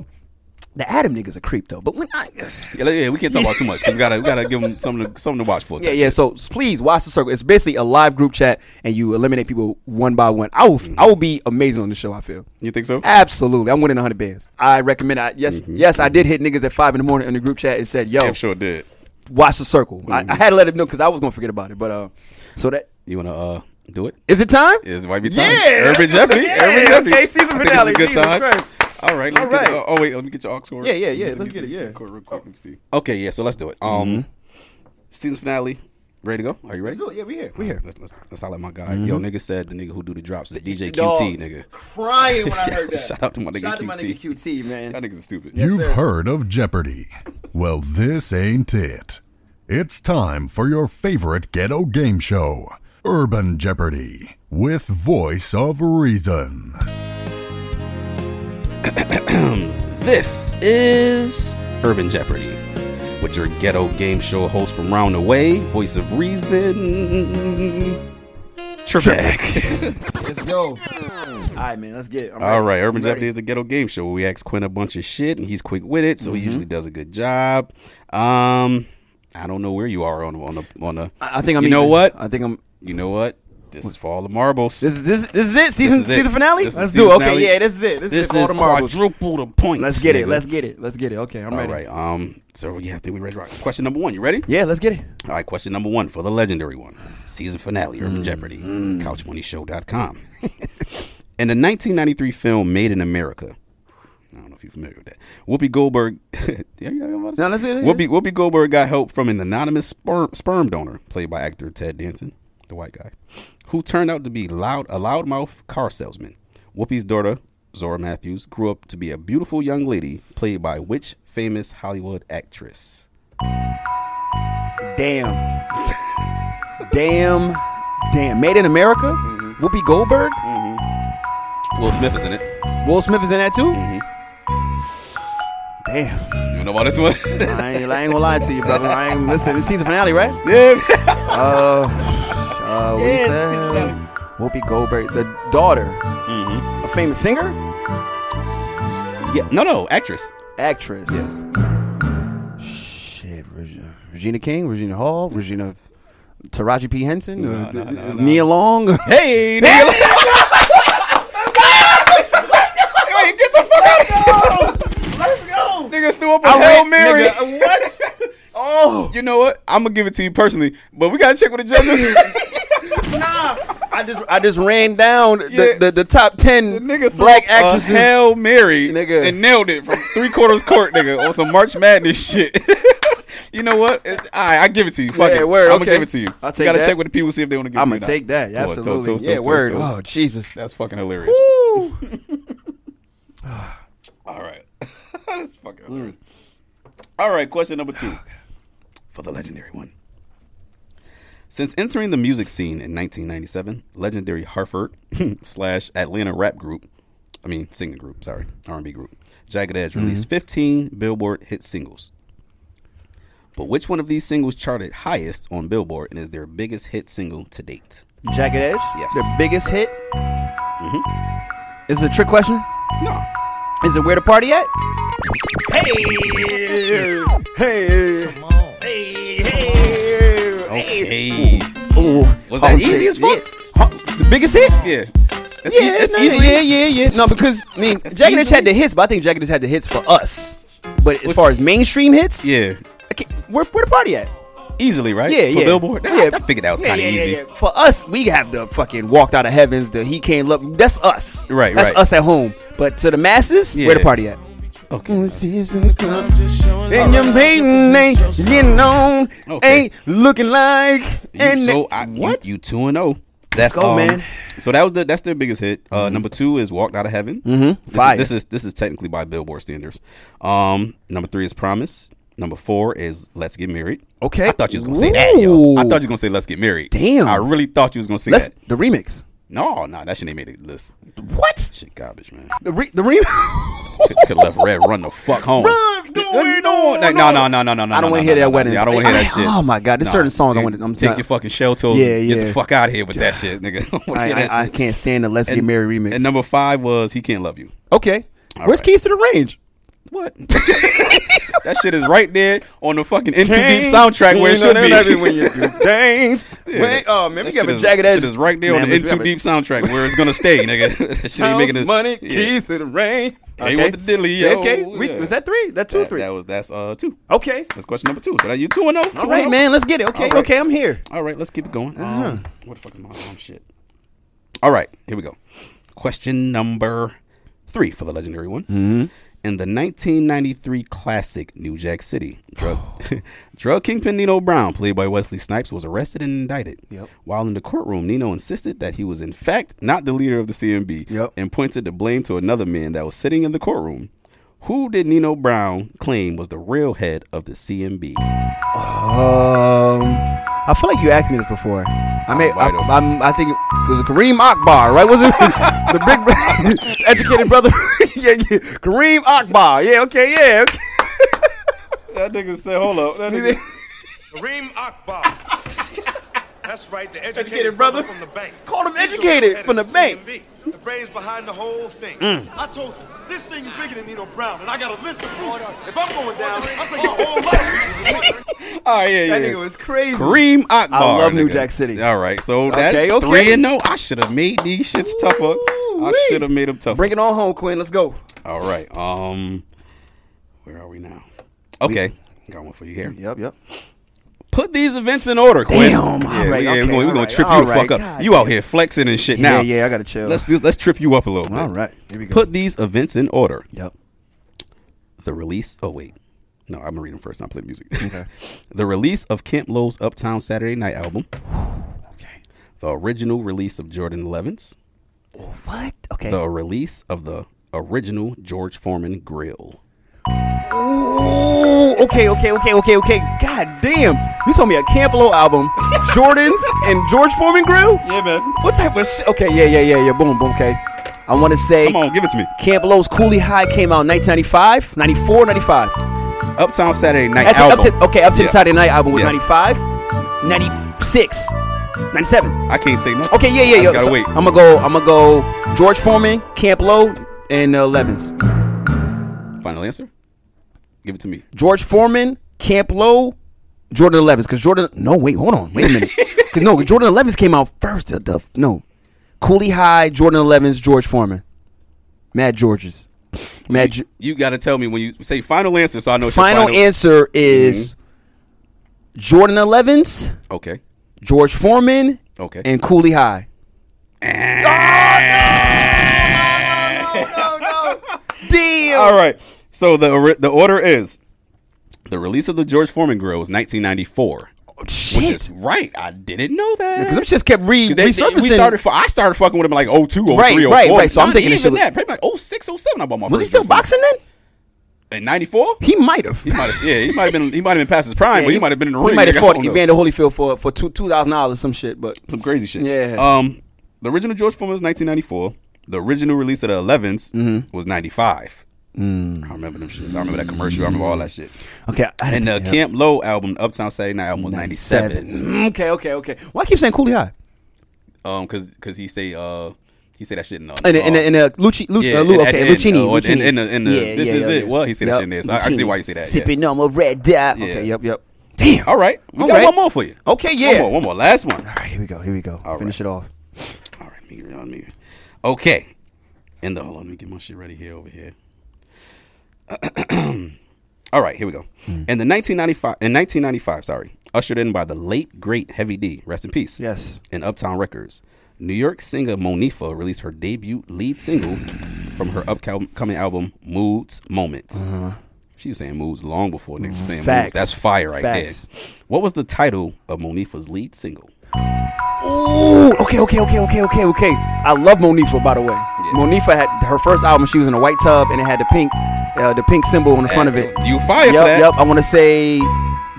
the Adam nigga's a creep though. But when I
Yeah, like, yeah, we can't talk about too much. 'cause We gotta, we gotta give them something, to, something to watch for.
yeah yeah. So please watch the circle. It's basically a live group chat and you eliminate people one by one. I will
Mm-hmm.
I will be amazing on the show. I feel.
You think so?
Absolutely, I'm winning 100 bands. I recommend. I yes, yes, I did hit niggas at five in the morning in the group chat and said, "Yo,
Mm-hmm. Damn sure Mm-hmm. did.
watch the circle." I, I had to let him know because I was gonna forget about it. But uh, so that
You wanna uh, do it?
Is it time?
Is might be time.
Yeah,
Urban
that's-
Jeffy.
yeah,
Urban Jeffy.
okay, season
I think
finale,
It's a
Jesus
good time.
Christ.
All right. Let's
All
get the-
right.
oh, wait. Let me get your aux cord.
Yeah, yeah, yeah,
Let me
let's get it,
the
yeah. Mm-hmm.
aux cord real quick. Let me see. Okay. Yeah. So let's do it. Um, season finale. Ready to go? Are you ready?
Yeah, we here. We
Here. Let's let's, let's holler at my guy.
Mm-hmm.
Yo, nigga said the nigga who do the drops is DJ
Dog,
QT, nigga.
Crying when I heard that.
Shout out to my nigga
Shout out to my
QT.
nigga QT,
That
man.
nigga's stupid.
You've heard of Jeopardy. Well, this ain't it. It's time for your favorite ghetto game show, Urban Jeopardy, with Voice of Reason.
This is Urban Jeopardy with your ghetto game show host from round away, voice of reason, Trebek.
Let's go. All right, man. Let's get it. I'm
All
ready.
right, Urban
I'm ready.
Jeopardy is the ghetto game show where we ask Quinn a bunch of shit and he's quick with it, so
Mm-hmm.
he usually does a good job. Um, I don't know where you are on on the on the.
I I think I'm.
You know
even.
what?
I think I'm.
You know what? This is for all the marbles.
This is this this is it. Season
is it.
season finale.
This is
Let's
season
do. it.
finale.
Okay, yeah. This is it. This,
this
is it for all
is
the marbles.
quadruple the points.
Let's get it.
nigga.
Let's get it. Let's get it. Okay, I'm
All
ready.
right. Um. So yeah, I think we ready. to rock. Question number one. You ready?
Yeah, let's get it.
All right, question number one for the legendary one. Season finale,
Mm,
Urban Jeopardy, CouchMoneyShow.com. in the 1993 film Made in America, I don't know if you're familiar with that, Whoopi Goldberg. yeah, you know what I'm about to
No,
say?
let's get it.
Whoopi, Whoopi Goldberg got help from an anonymous sperm, sperm donor, played by actor Ted Danson, the white guy, who turned out to be loud, a loudmouth car salesman. Whoopi's daughter, Zora Matthews, grew up to be a beautiful young lady, played by which famous Hollywood actress?
Damn. damn. Damn. Made in America.
Mm-hmm.
Whoopi Goldberg.
Will Smith is in it.
Will Smith is in that too.
Mm-hmm.
Damn.
You know about this one?
I ain't, I ain't gonna lie to you, brother. I ain't listen. It's season finale, right?
yeah.
Uh. Uh. What
Yeah,
you
it's
say?
season finale. Mm-hmm.
Whoopi Goldberg, the daughter, a famous singer,
No, no, actress.
actress. Shit. Reg- Regina King, Regina Hall, Regina. Taraji P. Henson, uh, Nia Long.
Hey, nigga. Wait, get the fuck out of here. Let's go. Nigga threw up a Hail Mary. what? oh. You know what? I'm going to give it to you personally, but we got to check with the judges.
I just I just ran down the,
Yeah.
the, the top ten
nigga uh, threw
black
up a
actresses.
Hail Mary
Nigga.
and nailed it from three quarters court, nigga, on some March Madness shit. you know what? It's, all right, I give it to you. Fuck
Yeah,
it.
word,
I'm
okay.
gonna give it to you.
I'll
You
take
gotta
that.
check with the people see if they want to give
I'm gonna
it to you.
take that.
Come on,
Absolutely.
toast, toast,
yeah,
toast,
word.
toast, toast.
Oh Jesus.
That's fucking hilarious. All right. That's fucking hilarious. All right, question number two for the legendary one. Since entering the music scene in 1997, legendary Hartford slash Atlanta rap group, I mean singing group, sorry, R&B group, Jagged Edge released 15 Billboard hit singles. But which one of these singles charted highest on Billboard and is their biggest hit single to date?
Jagged Edge.
Yes.
Their biggest hit. Mm-hmm. Is it a trick question?
No.
Is it where the party at? Hey, hey, hey, hey.
Okay.
Ooh.
Was
Oh,
that easy
shit.
as fuck?
Yeah. The biggest hit?
Yeah.
Yeah,
It's ea- it's e-,
no,
easily-
yeah, yeah, yeah. No, because I mean,
It's
Jagged Edge
easily-
had the hits, but I think Jagged Edge had the hits for us. But as far as mainstream hits,
Yeah.
I can't- where where the party at?
Easily, right?
Yeah,
For
yeah.
Billboard?
Yeah.
I, I figured that was kind of easy.
For us, we have the fucking walked out of heavens. The he can't love. That's us.
Right,
That's
right.
us at home. But to the masses, where the
Yeah.
party at?
Okay.
And your maiden ain't getting on,
Okay.
ain't looking like.
You- so I, what? You, two and zero.
Let's
That's
go,
um,
man. Mm-hmm.
So that was the, that's their biggest hit. Uh, Number two is "Walked Out of Heaven." Mm-hmm. This,
Fire.
Is, this is this is technically by Billboard standards. Um, number three is "Promise." Number four is "Let's Get Married."
Okay.
I thought you was gonna say that. Yo. I
Ooh.
thought you were gonna say "Let's Get Married."
Damn.
I really thought you was gonna say
Let's
that.
the remix.
No, no, that shit ain't made it list.
What?
Shit, garbage, man.
The re- the remix.
could, could left red run the fuck home.
Run's going on.
Like, no, no, no, no, no, no.
I don't
no,
wanna
no,
hear
no,
that
no,
wedding
Yeah, I don't want to
song.
hear that shit.
Oh, my God, there's certain songs I wanna- I'm
take
not-
your fucking shell toes.
Yeah,
and Get
yeah.
the fuck out of here with that shit, nigga. I, don't wanna
I,
hear that
I, I
shit.
can't stand the Let's Get Married remix.
And number five was he can't love you.
okay. Where's
right.
Keys to the Range?
What? that shit is right there on the fucking Into Deep
Change.
soundtrack where it
You
should
know
be.
that when you do things.
Yeah,
Wait,
that-
oh man, we
that
got
shit
a
is-
jagged
that
edge.
shit is right there
Man,
on the
let's
Into
grab
Deep
it.
soundtrack where it's gonna stay, nigga. that shit ain't making
House,
it.
money,
yeah.
keys to the rain.
Hey, what the dilly, yo?
Okay, we,
Yeah.
was that three? That two,
That,
three?
that was that's uh two.
okay.
That's question number two. So that you two and oh. two
All
and
right,
oh.
man, let's get it. Okay,
All right.
okay, I'm here.
All right, let's keep it going. Um,
Uh-huh.
What the fuck is my um, shit? All right, here we go. Question number three for the legendary one.
Mm-hmm.
In the 1993 classic New Jack City, drug, drug kingpin Nino Brown, played by Wesley Snipes, was arrested and indicted.
Yep.
While in the courtroom, Nino insisted that he was, in fact, not the leader of the CMB
Yep.
and pointed the blame to another man that was sitting in the courtroom. Who did Nino Brown claim was the real head of the CMB?
Um, I feel like you asked me this before. I may, I,
Wide open.
I'm, I think it was Kareem Akbar, right? Was it the big educated brother? yeah, yeah, Kareem Akbar. Yeah, okay, yeah, okay.
That nigga said, hold up. That nigga,
Reem Akbar. That's right, the educated,
Educated
brother,
brother.
from the bank.
Call him
He's the
educated
head of
from the bank. Mm.
CMV, the brains behind the whole thing. I told you, this thing is bigger than Nino Brown, and I gotta listen. If I'm going down, I'm taking the whole life.
All right, Oh, yeah, yeah.
That nigga was crazy.
Kareem Akbar.
I love New
nigga.
Jack City.
All right, so that
Okay, okay.
three and no, I should have made these shits tougher. I
Ooh-wee.
should have made them tougher.
Bring it on home, Quinn. Let's go.
All right, um, where are we now? Okay, got one for you here.
Yep, yep.
Put these events in order, Quinn.
Damn, all
yeah,
right,
yeah,
okay,
we're gonna,
all
we're gonna
right,
trip
all
you the fuck
right,
up.
God
you out here flexing and shit now.
yeah, yeah. I gotta chill.
Let's do- let's trip you up a little bit.
All right, here we go.
Put these events in order.
Yep.
the release. Oh wait, no, I'm gonna read them first. Not play the music. the release of Camp Lowe's Uptown Saturday Night album. okay. The original release of Jordan Levins.
What? Okay.
The release of the original George Foreman grill.
Ooh, okay, okay, okay, okay, okay. God damn. You told me a Campolo album, Jordans, and George Foreman Grill?
Yeah, man.
What type of shit? Okay, yeah, yeah, yeah, yeah. Boom, boom, okay. I want to say
Come on, give it to me.
Campelo's Coolie High came out in 1995, 94, 95.
Uptown Saturday Night
Actually,
album.
up to, okay, up to
Yeah.
the Saturday Night album was
Yes.
95, 96, 97.
I can't say no.
Okay, yeah, yeah,
I
um,
just
yeah.
Gotta wait.
I'm gonna go. I'm gonna go. George Foreman, Camp Lowe, and uh, Levins.
Final answer. Give it to me.
George Foreman, Camp Lowe, Jordan Elevens. Because Jordan, no, wait, hold on, wait a minute. Because no, Jordan Elevens came out first. The, the no, Cooley High, Jordan Elevens, George Foreman, Mad Georges, Mad. Ge-
You gotta tell me when you say final answer, so I know. it's your
final,
final Mm-hmm.
answer is Jordan Elevens,
Okay.
George Foreman,
Okay.
and Cooley High. Damn.
All right. So the ori- the order is the release of the George Foreman grill was 1994.
Shit.
Which is right. I didn't know that.
Because them shits kept re-
They- they-
resurfacing.
we started. fu- I started fucking with him like 02, 03,
Right,
04.
right, right. So I'm
Not
thinking this
even
shit
that. Probably like oh, 06, 07 I bought my
was he
first
still
uniform.
boxing then?
in 94?
He might have.
He might have. Yeah, he might have been. He might have been past his prime, but he, might have been in the ring.
He might
nigga.
have
I
fought
don't know.
Evander Holyfield for for two two thousand dollars, some shit. But
some crazy shit.
Yeah.
Um, the original George Foreman was 1994. The original release of the 11s
Mm-hmm.
was 95. I remember them shits. I remember that commercial. I remember all that shit.
okay, Mm. I
And the
yeah.
Camp Low album, Uptown Saturday Night album, was 97.
Mm, Okay, okay, okay. Why I keep saying Cooley High?
Um, cause, cause he say, uh, he say that shit in the
And and and uh, Lucci, Lu,
Yeah,
uh, Lu,
and at
okay,
the end,
Lucini,
uh,
Lucini.
and- and the- and the- this is it. Well, he said that
Yup,
shit in there, so I- I see
Lucchini.
why you say that, yeah.
Sipping on my red dot. Okay,
Yeah.
yep, yep. Damn.
All right, we
All
got
right.
one more for you.
Okay, yeah.
One more, one more, last one.
All right, here we go. Here we go.
All
Finish it off.
All right, let me get- let me. get- Okay, and the hold on, let me get my shit ready here over here. All right, here we go.
Hmm.
In the 1995, in 1995, sorry, ushered in by the late great Heavy D, rest in peace.
Yes.
In Uptown Records, New York singer Monifa released her debut lead single from her upcoming album Moods Moments. She was saying moods long before niggas was saying
Uh-huh. Facts.
moods. That's fire right
Facts.
there. What was the title of Monifa's lead single?
Ooh, okay, okay, okay, okay, okay, okay. I love Monifa, by the way. Monifa had her first album. She was in a white tub, and it had the pink, uh, the pink symbol in the front of it.
You fire for
Yep,
that.
yep. I want to say,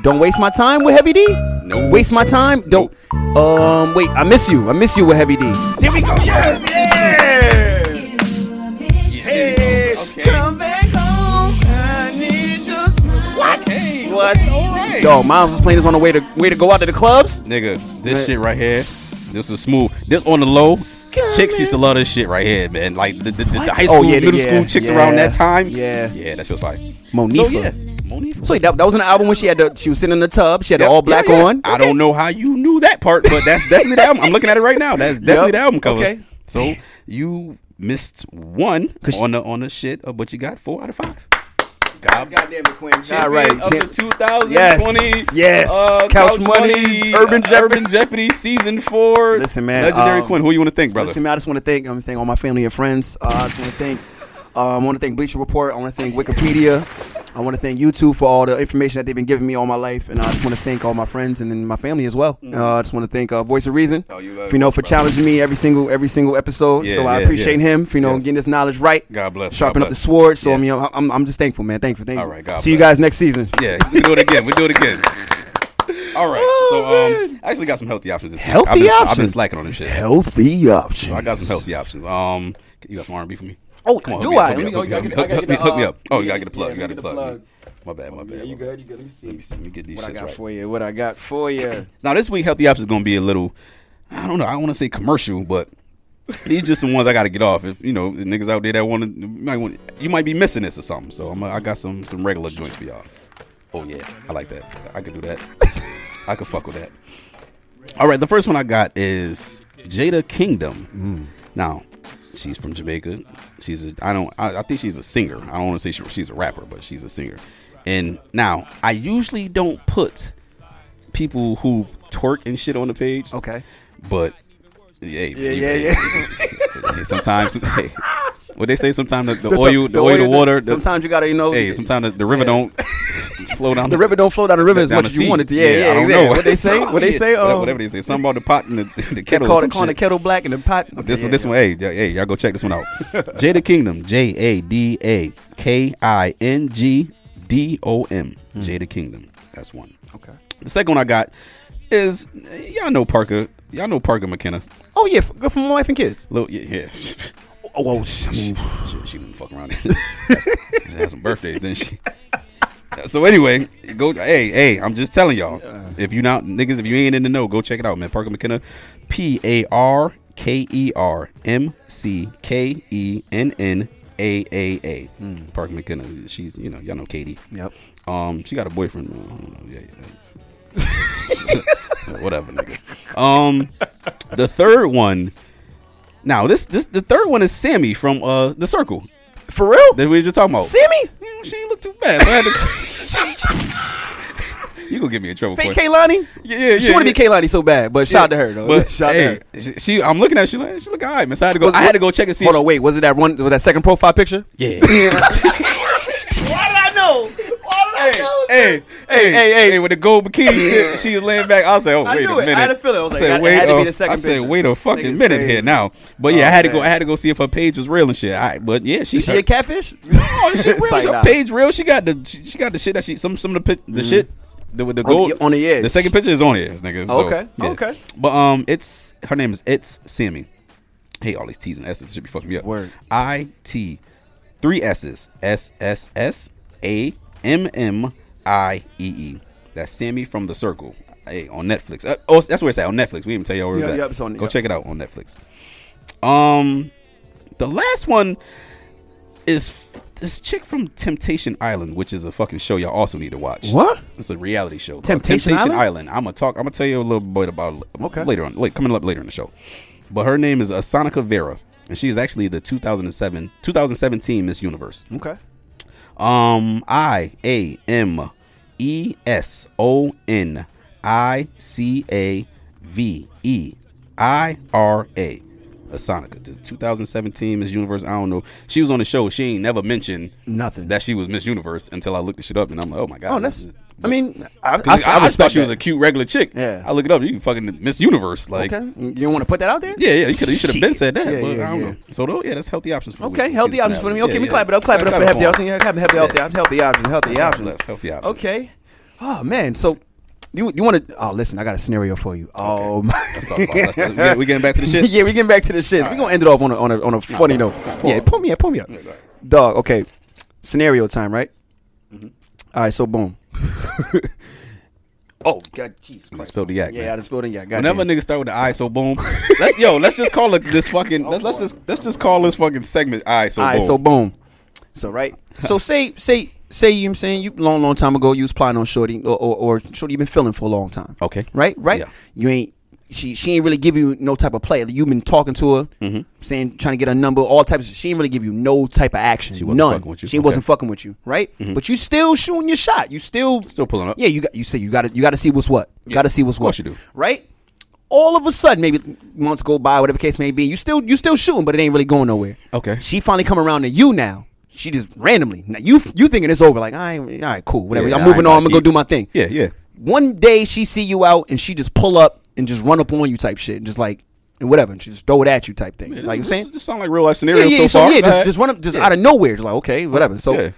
don't waste my time with Heavy D.
No.
Waste my time. Don't. Um. Wait. I miss you. I miss you with Heavy D.
Here we go. Yes.
yeah. Hey,
Okay.
come back home. I need your smile. What?
What? Yo, Miles was playing this on the way to way to go out to the clubs.
Nigga, this shit right here. This was smooth. This on the low. Chicks used to love this shit right here, man. Like the, the, the, the high
Oh,
school,
yeah,
middle
yeah,
school chicks
yeah,
around that time.
yeah.
yeah, that shit was fire.
Monifa.
So yeah, Monifa.
So wait, that, that was an album when she had the she was sitting in the tub. She had
Yep,
the all black
yeah, Ah, yeah.
on.
I don't know how you knew that part, but that's definitely the album. I'm looking at it right now. That's definitely
Yep.
the album cover.
Okay.
So you missed one
'Cause-
on the on the shit of what you got four out of five. God,
Goddamn it, Quinn.
All right, of the 2020
Yes, yes.
Uh, Couch,
Couch
Money, uh,
Money,
Urban
Urban
Jeopardy. season four.
Listen, man,
legendary
um,
Quinn. Who you want to thank, brother?
Listen, man, I just want to thank I'm thank all my family and friends. Uh, I just want to thank um, I want to thank Bleacher Report. I want to thank Wikipedia. I want to thank YouTube for all the information that they've been giving me all my life, and I just want to thank all my friends and then my family as well. Uh, I just want to thank uh, Voice of Reason,
Mm-hmm. Oh,
you,
you love
know,
it,
for
brother.
challenging me every single every single episode.
Yeah,
so I
yeah,
appreciate
yeah.
him, for, you know,
Yes.
getting this knowledge right.
God bless,
Sharpen
God
up the
bless.
sword. So
Yeah.
I mean, I'm, I'm, I'm just thankful, man. Thankful, thankful.
All right, God
See you
bless.
guys next season.
Yeah, we do it again. We do it again. All right. So um, I actually got some healthy options this week. I've
Healthy
been, I've been
options?
slacking on this shit.
Healthy option.
So I got some healthy options. Um, you got some R and B for me?
Oh,
Come on,
do
hook me up,
I?
hook me up,
Let
hook me up, hook me up, hook me up. Oh, you gotta get a plug. You gotta get a plug. My bad, my bad.
Yeah,
my
you
bad.
good? You good? Let me see.
Let me see. Let me get these
What I
shits
got
right.
for you? What I got for you?
Now this week, healthy ops is gonna be a little. I don't know. I don't want to say commercial, but these just some ones I got to get off. If you know the niggas out there that want to, might want, you might be missing this or something. So I'm, I got some some regular joints for y'all. Oh yeah, I like that. I could do that. I could fuck with that. All right, the first one I got is Jada Kingdom. Now, she's from Jamaica. She's a I don't I, I think she's a singer. I don't want to say she, she's a rapper, but she's a singer. And now I usually don't put people who twerk and shit on the page.
Okay.
But yeah,
Yeah, yeah, yeah.
yeah. sometimes hey, what they say sometimes the, the
That's
oil,
a-
the, oil, the water. The,
sometimes you gotta, you know,
hey, sometimes the, the river don't flow down
the river don't flow down the river as
down
much
the
as you
sea.
want it to. Yeah, yeah,
I don't
exactly.
know.
What they say? What they
Yeah,
say?
whatever,
Um,
whatever they say. Something about the pot and the, the
they
kettle. or
call
some
it calling the
shit.
kettle black and the pot. Okay,
This one,
yeah,
this one, hey, y- hey, y'all go check this one out. Jada Kingdom, J A D A K I N G D O M, Jada Kingdom. That's one.
Hmm. Okay.
The second one I got is y'all know Parker, y'all know Parker McKenna.
Oh yeah, f- good for my wife and kids.
Little yeah, yeah.
Oh, oh sh- I mean,
Shit, she wouldn't fuck around. she had some birthdays, didn't she? So anyway, go. Hey, hey, I'm just telling y'all. If you not niggas, if you ain't in the know, go check it out, man. Parker McKenna, P A R K E R M C K E N N A A A. Parker McKenna. She's you know y'all know Katie.
yep.
Um, she got a boyfriend. uh, I don't know. Yeah, yeah, yeah. Whatever, nigga. Um, the third one. Now this this the third one is Sammy from uh the Circle
For real?
that we were just talking about.
Sammy?
Mm, she ain't look too bad. So I had to you gonna get me in trouble?
Fake
for it.
Kaylani?
Yeah, yeah,
She
yeah,
wanted to be
yeah.
Kaylani so bad, but shout out to her though.
But
shout out
hey,
to her.
she, she- I'm looking at. Her, she like she look alright, man. So I had to go. I had to go check and see.
Hold on,
if
wait. Was it that one? Was that second profile picture?
she- yeah. hey, hey, hey, hey, with the gold bikini shit, she was laying back. I was like, oh,
I
wait
knew
a
it. I
minute.
had a feeling. I was like,
said,
that- it
wait
had to be
a-
the second
I said,
picture.
wait a
Nigga's
fucking minute
crazy.
here now. But yeah,
Oh,
I had to go.
man.
I had to go see if her page was real and shit. I, but yeah, she
Is she a catfish?
Oh, she real.
It's like,
Her
nah. Mm-hmm.
page real. She got the she, she got the shit that she some some of the pic, the shit the, with the
On the-
gold
on the edge.
The second picture is on the edge, nigga. So,
Okay, okay.
But um, it's her name is it's Sammy. Hey, all these T's and S's should be fucking me up.
Word.
I T three S's S S S A M M I E E. That's Sammy from the Circle. Hey, on Netflix. Uh, oh, that's where it's at on Netflix. We didn't tell y'all where
Yeah,
it's at.
yeah, it's on-
Go
yeah.
check it out on Netflix. Um, the last one is this chick from Temptation Island, which is a fucking show y'all also need to watch.
What?
It's a reality show. called
Temptation Island?
I'm gonna talk. I'm gonna tell you a little bit about it
Okay.
later on. Late, coming up later in the show. But her name is Asanica Vera, and she is actually the 2007 2017 Miss Universe.
Okay.
Um, I A M E S O N I C A V E I R A. Asonica, the 2017 Miss Universe. I don't know. She was on the show. She ain't never mentioned
Nothing.
that she was Miss Universe until I looked the shit up, and I'm like, oh my god.
Oh, that's. I
But-
mean, I, I, I,
'cause I, just thought
respect
she was
that.
a cute regular chick.
Yeah.
I look it up. You fucking Miss Universe, like.
okay. You didn't want to put that out there?
Yeah, yeah, you could should have been
Shit.
said that,
Yeah,
but
yeah,
I don't
yeah.
know. So, though, yeah, that's healthy options for the
Okay,
week.
healthy
Season
options for me.
finale.
Okay,
Yeah,
we
yeah.
clap it up, clap it up for
it
healthy
on.
options. Yeah, Clap healthy options, healthy options, healthy options.
That's healthy options.
Okay. Oh man, so you you want to? Oh, listen, I got a scenario for you. Oh my.
Let's talk about it. Let's- let's- we get- we getting back to the shit.
yeah, we getting back to the shits. We gonna end it off on a on a, on a funny note.
pull
yeah,
up.
pull me up, pull me up. Dog. Okay, scenario time, right?
Mm-hmm.
All right, so boom. oh God, Jesus
I
Christ.
spilled the yak.
Yeah, I
man.
just spilled in. Yeah, God
Whenever a
damn.
nigga start with the I so boom, let's, yo, let's just call it this fucking. Let's, let's just let's just call this fucking segment I so
All right,
boom.
so boom. So right. So say say say you know what I'm saying you long long time ago you was plotting on shorty or or, or shorty you been feeling for a long time.
Okay.
Right. Right.
Yeah.
You ain't. She, she ain't really give you no type of play. You've been talking to her,
Mm-hmm.
saying trying to get a number, all types. Of, she ain't really give you no type of action.
She wasn't
none.
fucking with you.
She wasn't
Okay. Mm-hmm.
fucking with you, right? But you still shooting your shot. You still
Still pulling up.
Yeah, you got you say you got to you got to see what's what. You got to see what's
of course
what.
you do.
Right. All of a sudden, maybe months go by, whatever case may be. You still you still shooting, but it ain't really going nowhere.
Okay.
She finally come around to you now. She just randomly. Now you you thinking it's over? Like I all right, cool, whatever.
Yeah,
I'm
I
moving
ain't
on.
gotta
I'm gonna go
keep-
do my thing.
Yeah, yeah.
One day she see you out and she just pull up and just run up on you type shit and just like and whatever and she just throw it at you type thing.
Yeah,
like you
this-
saying,
this, this sound like real life scenarios so, far.
yeah,
Go
just,
ahead.
just run up, just
Yeah.
out of nowhere. Just like, okay, whatever. So
Yeah.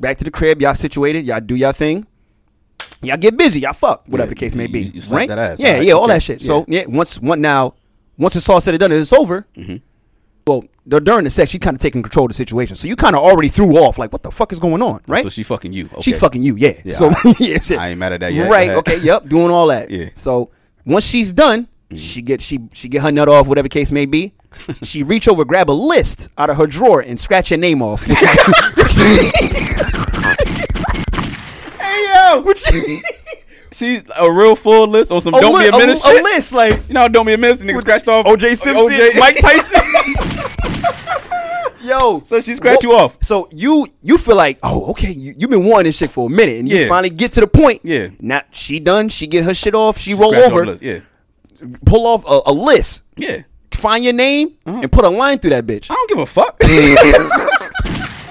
back to the crib, y'all situated, y'all do y'all thing. Y'all get busy, y'all fuck, whatever the
Yeah,
case
you-
may be.
you- you slap
right?
that ass.
Yeah,
Alright,
yeah, all
okay. Mm-hmm.
that shit. So yeah, once one now, once it's all said and done, and it's over. well, dur- during the sex, she kind of taking control of the situation. So you kind of already threw off, like, what the fuck is going on, right?
So she fucking you.
She
Okay.
fucking you, yeah.
Yeah,
so
I-
yeah, shit.
I ain't mad at that yet.
Right?
Yeah.
Okay. Yep. Doing all that.
Yeah. Mm-hmm.
So once she's done, she get she she get her nut off, whatever case may be. she reach over, grab a list out of her drawer, and scratch your name off. hey yo, what you?
She's a real full list or some
A
don't
li-
be a
a-
menace
a
shit?
list, like-
you know, how don't be a menace. The nigga scratched off
O.J. Simpson, Mike
Tyson.
Yo,
So she scratch you off.
So you you feel like oh okay you you've been wanting this shit for a minute and you
Yeah.
finally get to the point
Yeah.
now she done she get her shit off she, roll
Scratch off
over
list, Yeah,
pull off a, a list
yeah.
find your name and put a line through that bitch.
Uh-huh. I don't give a fuck.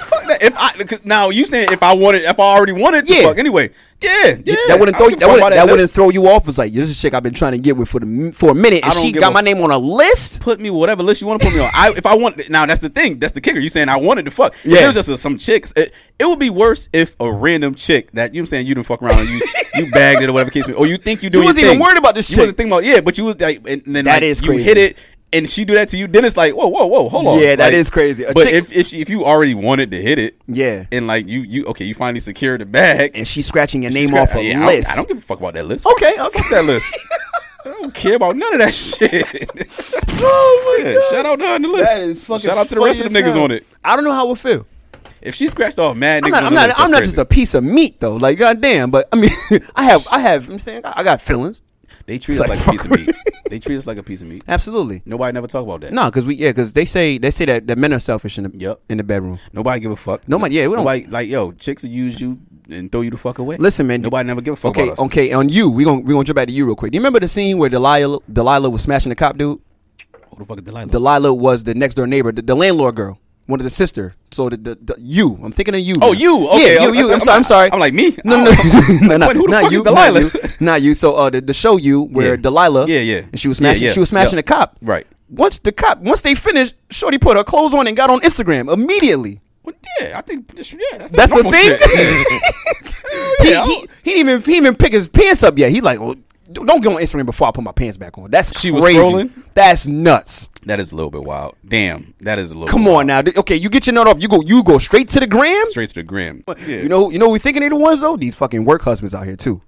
Fuck that. If I 'cause now you saying if I wanted if I already wanted to
Yeah.
fuck anyway yeah yeah
that wouldn't
I
throw that,
don't give a fuck about
wouldn't, that wouldn't
list.
throw you off. It's like this is a chick I've been trying to get with for the m- for a minute,
I
and
don't
she
give
got
a
my name on a list.
put me whatever list you want to put me on. I if I want now that's the thing. That's the kicker. You saying I wanted to fuck. If
Yeah.
it was just a, some chicks. It, it would be worse if a random chick that you know what I'm saying you didn't fuck around and you you bagged it or whatever case may or you think you doing your
wasn't even
thing.
worried about this
You
chick.
wasn't thinking about yeah, but you was like and then
That
like,
is
you
crazy.
hit it and she do that to you, then it's like whoa whoa whoa hold on.
Yeah, that
that is
is crazy. A
but
chick-
if if if you already wanted to hit it,
Yeah.
and like you you okay you finally secured the bag
And she's scratching your
She's
name
got-
off a
yeah, I don't-
list.
I don't, give a fuck about that list.
Okay,
Fuck that list. I don't care about none of that shit. oh my Shout out to her on the list.
That is fucking.
Shout out to the rest
funny
of them
as
niggas
hell.
on it.
I don't know how it would feel.
If she scratched off mad
I'm
niggas
not.
on
I'm
the
not.
list,
I'm
that's
not
crazy.
just a piece of meat though. Like goddamn. But I mean, I have. I have. I'm saying I I got feelings.
They treat
It's
us
like,
like a piece of
fuck.
meat. They treat us like a piece of meat.
Absolutely.
Nobody never talk about that.
No, because we yeah, because they say they say that, that men are selfish in the
Yep.
in the bedroom.
Nobody give a fuck.
Nobody- yeah, we don't-
Nobody, like yo, chicks will use you and throw you the fuck away.
Listen, man.
Nobody never give a fuck
Okay,
about us.
okay. On you, we gonna we gonna jump back to you real quick. Do you remember the scene where Delilah Delilah was smashing the cop dude?
Who the fuck is Delilah?
Delilah was the next door neighbor, the, the landlord girl, one of the sister. So the, the, the you, I'm thinking of you.
Oh,
now.
you. Okay.
yeah, you,
I'm-
you. I'm,
I'm
sorry. I'm sorry.
like- I'm like, me?
No, no,
Oh.
no, no,
Wait, who the
not
fuck
you,
is Delilah?
not you, not you. So uh, the, the show you where
Yeah.
Delilah,
Yeah, yeah.
and she was
Yeah,
smashing,
yeah,
she was smashing
yeah.
a cop.
Right.
Once the cop, once they finished, Shorty put her clothes on and got on Instagram immediately.
Well, yeah, I think just- yeah, that's,
That's the
normal
thing.
shit.
He,
Yeah, I
he,
don't-
he didn't even he didn't even pick his pants up yet. He like, well, don't get on Instagram before I put my pants back on. That's
She was
crazy.
scrolling?
That's nuts.
That is a little bit wild. Damn, that is a little.
Come
wild.
on now. Th- Okay, you get your nut off. You go you go straight to the gram.
straight to the grim. Yeah.
You know you know who we thinking they the ones though. These fucking work husbands out here too.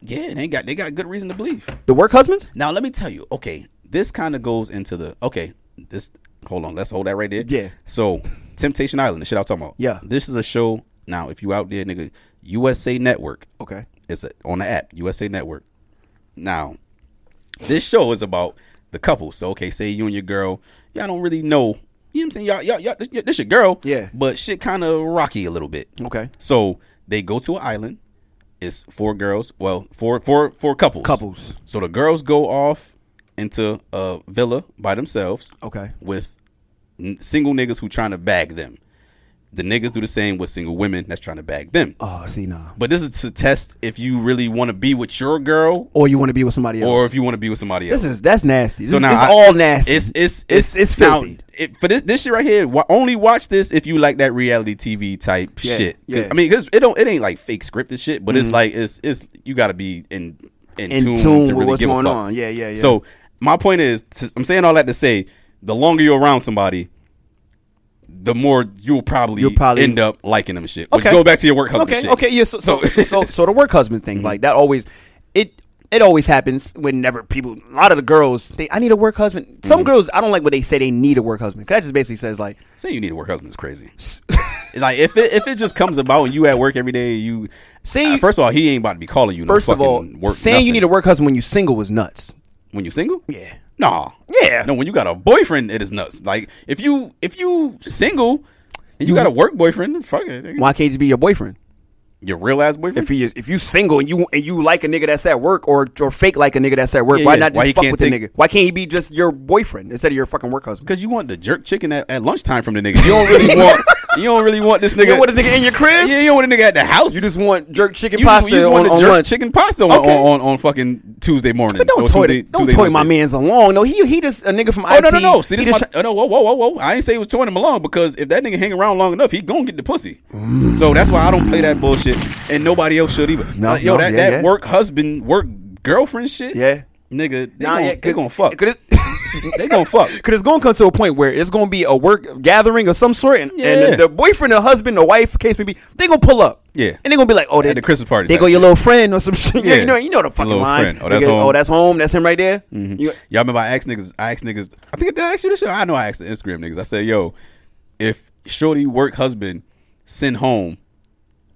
yeah, they got they got good reason to believe.
The work husbands?
Now let me tell you. Okay, this kind of goes into the okay. This hold on, let's hold that right there.
Yeah.
So Temptation Island, the shit I'm talking about.
Yeah.
This is a show. Now, if you out there, nigga, USA Network.
Okay.
It's a, on the app USA Network. Now, this show is about the couple. So okay, say you and your girl, y'all don't really know. You know what I'm saying? Y'all, y'all, y'all this, this your girl.
Yeah.
But shit kind of rocky a little bit.
Okay.
So they go to an island. It's four girls. Well, four four four couples.
Couples.
So the girls go off into a villa by themselves.
Okay.
With n- single niggas who trying to bag them. The niggas do the same with single women that's trying to bag them.
Oh, see nah.
But this is to test if you really want to be with your girl
Or you want to be with somebody else?
or if you want to be with somebody else.
this is that's nasty. This,
So now
it's
I-
all nasty.
It's it's
It's-
it's
it's filthy.
it, for this this shit right here, wa- only watch this if you like that reality TV type
Yeah,
shit. 'Cause-
yeah. Mm-hmm.
I mean, 'cause it don't it ain't like fake scripted shit, but it's like it's it's you got to be in in,
In
tune,
tune
to
with
really
what's
give a
going
fuck.
on. Yeah, yeah, yeah.
So my point is, t- I'm saying all that to say, the longer you're around somebody. The more you'll probably,
You'll probably-
end up liking them shit. Which go back to your work husband
okay,
shit. Mm-hmm.
Okay, yeah. So so, so, so, the work husband thing, like that always, it it always happens whenever people. A lot of the girls, they I need a work husband. Some
Mm-hmm.
girls, I don't like what they say. They need a work husband. 'Cause that just basically says like,
Say you need a work husband is crazy. like if it if it just comes about and you at work every day, you
Say-
Uh, first of all, he ain't about to be calling you.
first
no
of all,
fucking work,
saying you
nothing.
need a work husband when you single was nuts.
when you single.
Yeah.
Nah.
Yeah.
No, when you got a boyfriend, it is nuts. Like if you if you single and you, got a work boyfriend, fuck it. nigga.
Why can't you just be your boyfriend?
Mm-hmm. Your real ass boyfriend.
If you if you single and you and you like a nigga that's at work or or fake like a nigga that's at work,
Yeah,
why
yeah.
not just
Why you
fuck
can't
with the
take-
nigga? Why can't he be just your boyfriend instead of your fucking work husband?
Because you want the jerk chicken at, at lunchtime from the nigga. You don't really want. You don't really want this nigga.
You want a nigga in your crib?
Yeah, you don't want a nigga at the house.
You just want jerk chicken
You just-
pasta
you just
on,
want the
on
jerk
lunch.
chicken pasta on,
Okay.
on, on, on fucking Tuesday morning.
But don't
so
toy,
Tuesday,
don't
Tuesday
toy my
lunch break.
man's along. No, he he just a nigga from
Oh
IT.
no no no! See this?
He
My,
just-
oh, no whoa whoa whoa whoa! I ain't say he was towing him along because if that nigga hang around long enough, he gonna get the pussy. So that's why I don't play that bullshit, and nobody else should either.
No,
Like, yo,
no,
that,
yeah,
that
yeah.
work husband work girlfriend shit.
Yeah.
nigga, they
Nah,
gonna,
yeah,
they gonna fuck.
Cause it-
they gonna fuck.
Cause it's gonna come to a point where it's gonna be a work gathering of some sort, and, and
Yeah.
the, the boyfriend, the husband, the wife, case may be, they gonna pull up.
Yeah.
and they gonna be like, oh, they,
the Christmas party
They
type
go your
shit.
little friend or some shit. Yeah.
Yeah.
you know, you know the
Your
fucking
little
lines.
friend. Oh, that's
Nigga,
home. Mm-hmm.
Oh, that's home. That's him right there. You-
Y'all remember I asked niggas, I asked niggas, I think did I asked you this shit? I know I asked the Instagram niggas. I said, yo, if Shorty work husband send home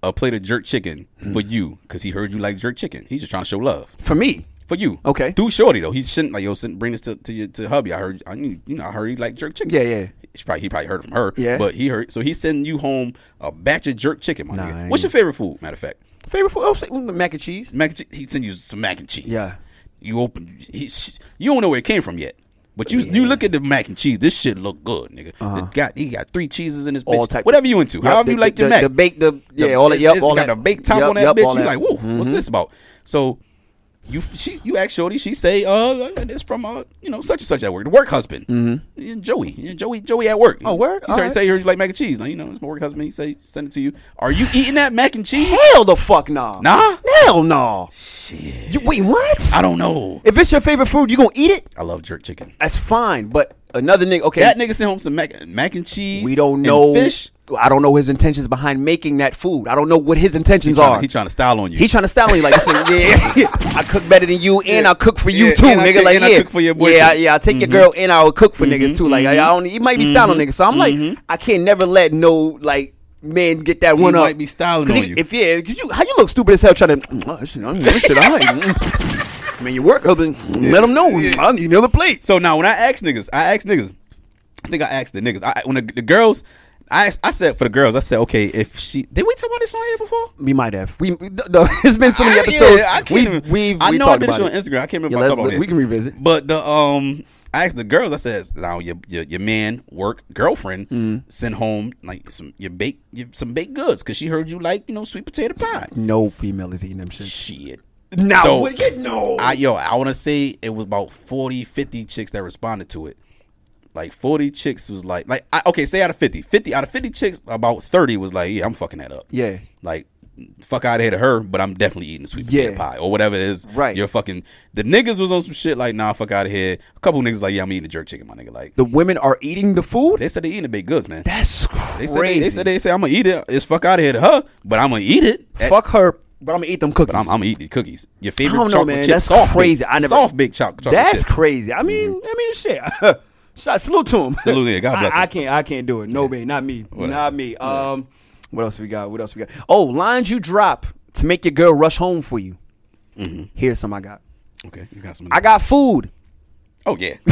a plate of jerk chicken for you, because he heard you like jerk chicken. He's just trying to show love.
for me,
For you.
Okay.
Through Shorty though. He shouldn't like yo, send, bring this to, to your to hubby. I heard I knew you know, I heard he like jerk chicken.
Yeah, yeah.
She probably, he probably heard it from her.
Yeah.
But he heard so he's sending you home a batch of jerk chicken, my nigga.
Nice.
What's your favorite food, matter of fact?
favorite food, I'll say mm, mac and cheese.
mac and cheese. He sent you some mac and cheese.
Yeah.
You open. He, sh- you don't know where it came from yet. But you you look at the mac and cheese. This shit look good, nigga. It got he got three cheeses in this bitch.
Uh-huh. All type-
Whatever you into,
Yup,
however
the-
you like
the-
your mac.
the baked- the- yeah, all that-
it-
yup,
it's
all
got
that.
the baked top
Yup,
on that
yup, all
bitch. You
that. Mm-hmm.
like, whoa, what's this about? So. You she you ask Shorty, she say, uh, it's from uh, you know, such and such at work, the work husband, mm-hmm. Joey, Yeah, Joey, Joey at work. Oh,
word?
He started
Alright.
say you like mac and cheese. Now you know it's my work husband. He say send it to you. Are you eating that mac and cheese?
Hell the fuck nah.
Nah?
Hell no. Shit. You, wait, what?
I don't know.
if it's your favorite food, you gonna eat it?
I love jerk chicken.
That's fine. But another nigga, okay.
That nigga sent home some mac, mac and cheese.
we don't
and
know.
fish.
I don't know his intentions behind making that food. I don't know what his
He
intentions
trying,
are.
he trying to style on you.
He tryna style me like this nigga, yeah, I cook better than you, and
Yeah.
I cook for you
Yeah,
too,
and I
nigga.
cook-
like
and I
yeah,
cook for your boyfriend. Mm-hmm.
yeah, I- yeah. I take your girl, and I will cook for niggas too. Like I, I don't, he might be styling niggas, so I'm
Mm-hmm.
like, I can't never let no like man get that one up.
might be styling
'Cause
on
he-
you.
If yeah, 'cause you how you look stupid as hell trying to. Mm, oh, shit, I'm, this shit, I'm like, mm. I mean, you work up and mm, let them know. mm, I need another plate.
so now when I ask niggas, I ask niggas. I think I asked the niggas. I, when the, the girls, I asked, I said for the girls, I said okay if she did we talk about this on here before?
We might have. We we- no, it's been so many
I-
episodes.
yeah, I can't
we
even-
we
I
we
know I
talked
did
about
this
it.
on Instagram. I can't
Yeah,
remember if I
let's-
talked about it.
we can revisit.
But the um, I asked the girls. I said, "Now your your, your man work girlfriend
Mm.
sent home like some your bake your, some baked goods because she heard you like you know sweet potato pie."
No female is eating them shit.
Shit.
Now,
So,
what you know?
I yo, I want to say it was about 40, 50 chicks that responded to it. Like 40 chicks was like like I, okay, say out of 50. 50 out of 50 chicks about 30 was like, "Yeah, I'm fucking that up."
Yeah.
Like fuck out of here to her, but I'm definitely eating the sweet potato
Yeah.
pie or whatever it is.
Right.
You're fucking the niggas was on some shit like, "Nah, fuck out of here." A couple niggas like, "Yeah, I'm eating the jerk chicken, my nigga." Like
the women are eating the food.
they said they eating the baked goods, man.
That's
they
crazy.
said they, they said they said I'm gonna eat it. It's fuck out of here to her, but I'm gonna eat it. At-
fuck her, but I'm gonna eat them cookies.
But I'm, I'm gonna eat these cookies. Your
I
favorite
don't know,
chocolate
man.
chip,
That's
soft
crazy.
Baked,
I never
soft baked choc- chocolate.
That's
chip.
crazy. I mean, I mean, shit. Shout, salute to him.
Mm-hmm. Salute, yeah. God bless
I, I
him.
can't. I can't do it. No man, not me. Not me. Um, what else we got? What else we got?
Oh, lines you drop to make your girl rush home for you.
Mm-hmm.
Here's some I got.
Okay, you got some.
I got food.
Oh yeah.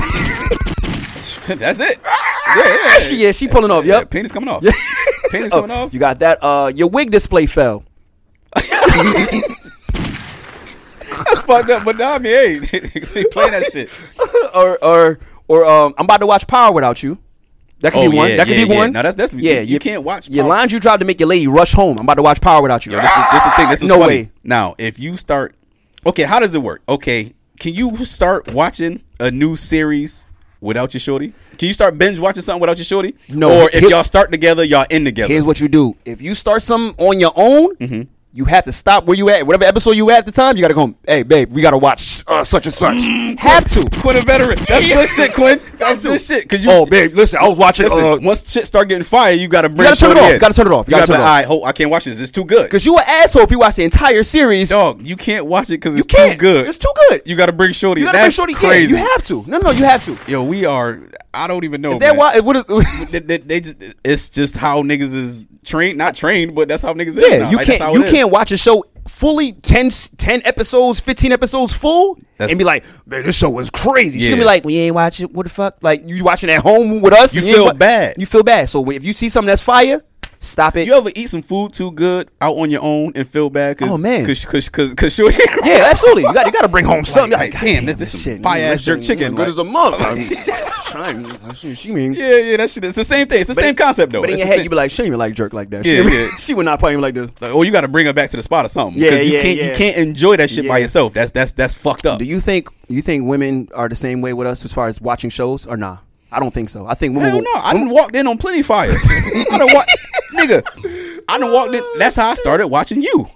That's it. Yeah, yeah,
Ah, Yeah, she pulling off.
yeah.
Yep.
Penis coming off. Penis
Oh,
coming off.
You got that. Uh, your wig display fell.
That's fucked up, but nah, I mean, hey, they playing that shit.
or or or um, I'm about to watch Power without you. That could
Oh,
be one.
yeah,
that could
yeah,
be
yeah.
one.
No, that's- that's- you- you
your-
can't watch
Your
Power.
lines you drop to make your lady rush home. I'm about to watch Power without you.
Yo, this, is, this the thing. This is
no
funny.
way.
Now, if you start, okay, how does it work? Okay, can you start watching a new series without your shorty? Can you start binge watching something without your shorty?
No.
Or if
Here-
y'all start together, y'all end together.
Here's what you do. If you start something on your own,
Mm-hmm.
you have to stop where you at. Whatever episode you at at the time, you gotta go. Hey, babe, we gotta watch uh, such and such.
Mm-hmm.
have to.
Quinn a veteran. That's good shit, Quinn. That's
to.
good shit. Cause you,
oh, babe, listen, I was watching.
Listen,
uh,
once shit start getting fire, you gotta bring.
gotta turn it
shorty
off.
in.
You gotta turn it off.
You gotta,
turn
be
it
like,
off.
all right, hold, I can't watch this. It's too good.
Cause you an asshole if you watch the entire series.
dog, you can't watch it because it's
you can't.
too good.
It's too good.
You gotta bring shorty.
You gotta
That's
make sure to- yeah,
crazy.
you have to. No, no, you have to.
Yo, we are. I don't even know.
Is that
man.
why? What is?
They, they- they just, it's just how niggas is trained. Not trained, but that's how niggas is.
Yeah,
now.
you
Like, that's how
can't you
it is.
can't watch a show fully 10, 10 episodes, fifteen episodes full,
That's-
and be like, man, this show was crazy. She'll be
Yeah.
like, we ain't watch it. What the fuck? Like you watching at home with us?
You
and ain't
feel
wa-
bad.
You feel bad. So if you see something that's fire, stop it.
You ever eat some food too good out on your own and feel bad? Cause,
Oh, man.
because cause, cause, cause shorty.
yeah, absolutely. You got you got to bring home something.
like,
God
damn, this- this some fire-ass
this
jerk
shit
chicken,
Good
like-
as a mother. Shine. she mean.
yeah, yeah, that shit. It's the same thing. It's the
But
same
in-
concept though.
But in
It's
your
the
head,
same-
you be like, she ain't even like jerk like that.
Yeah,
she,
yeah.
she would not play him like this.
Like, oh, you got to bring her back to the spot or something.
Yeah,
'Cause you
yeah,
can't,
yeah.
You can't enjoy that shit by
Yeah.
yourself. That's that's that's fucked up.
Do you think you think women are the same way with us as far as watching shows or nah? I don't think so. I think women.
Hell
will-
no! I done walked in on plenty fire. I done walked, nigga. I done walked in. That's how I started watching you.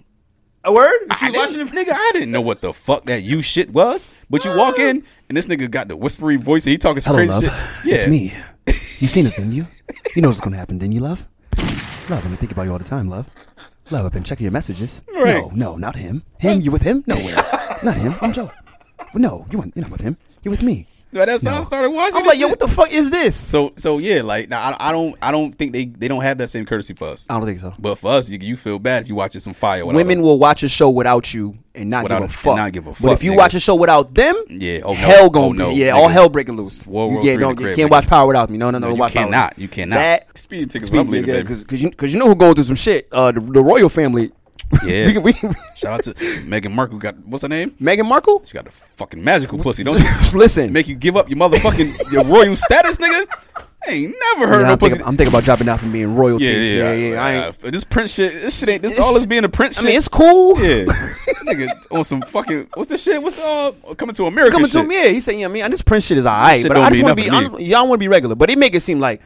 A word? Is
I
she watching
didn't- nigga, I didn't know what the fuck that you shit was. But you walk in and this nigga got the whispery voice and he talking some
Hello,
crazy
love.
shit.
It's me. You seen this, didn't you? You know what's gonna happen, didn't you, love? Love, I've been thinking about you all the time, love. Love, I've been checking your messages.
Right.
No, no, not him. Him? You with him? No way. not him. I'm Joe. No, you want, you're not with him. You're with me.
But that's how I started watching.
I'm
this
like, yo,
shit.
what the fuck is this?
So so yeah, like now I, I don't I don't think they they don't have that same courtesy for us.
I don't think so.
But for us, you, you feel bad if you watching some fire. without
Women
a-
will watch a show without you and not
Without-
give a
and
fuck.
not give a
But
fuck,
if you
nigga.
watch a show without them,
Yeah, oh no,
hell gonna
oh no,
be, yeah, all
nigga.
hell breaking loose.
World
you,
War
yeah,
III
no,
in the
you
crib,
can't
nigga.
watch Power without me. No, no, no,
No, you
watch Power
cannot.
Without Me.
You cannot.
That
Speeding tickets
Speed,
my leader,
nigga,
baby.
cause, cause you, cause you know who going through some shit. Uh, the, the royal family.
Yeah.
we, can- we, can-
Shout out to Meghan Markle. Got what's her name?
Meghan Markle.
She got a fucking magical pussy. Don't you?
Listen,
make you give up your motherfucking your royal status, nigga. I ain't never heard
Yeah,
no
I'm,
pussy.
thinking, I'm thinking about dropping out from being royalty.
yeah, yeah,
yeah. I, ain't,
uh, this Prince shit. This shit ain't. This
It's-
all is being a Prince.
I
Shit.
mean, it's cool.
yeah. nigga on some fucking what's this shit? What's the uh, coming to America?
Coming to
shit?
me, yeah. He said, "Yeah, I mean, this Prince shit is alright,
shit
but
don't
I just
mean
want to be, I
nothing to
don't- y'all want to be regular." But they make it seem like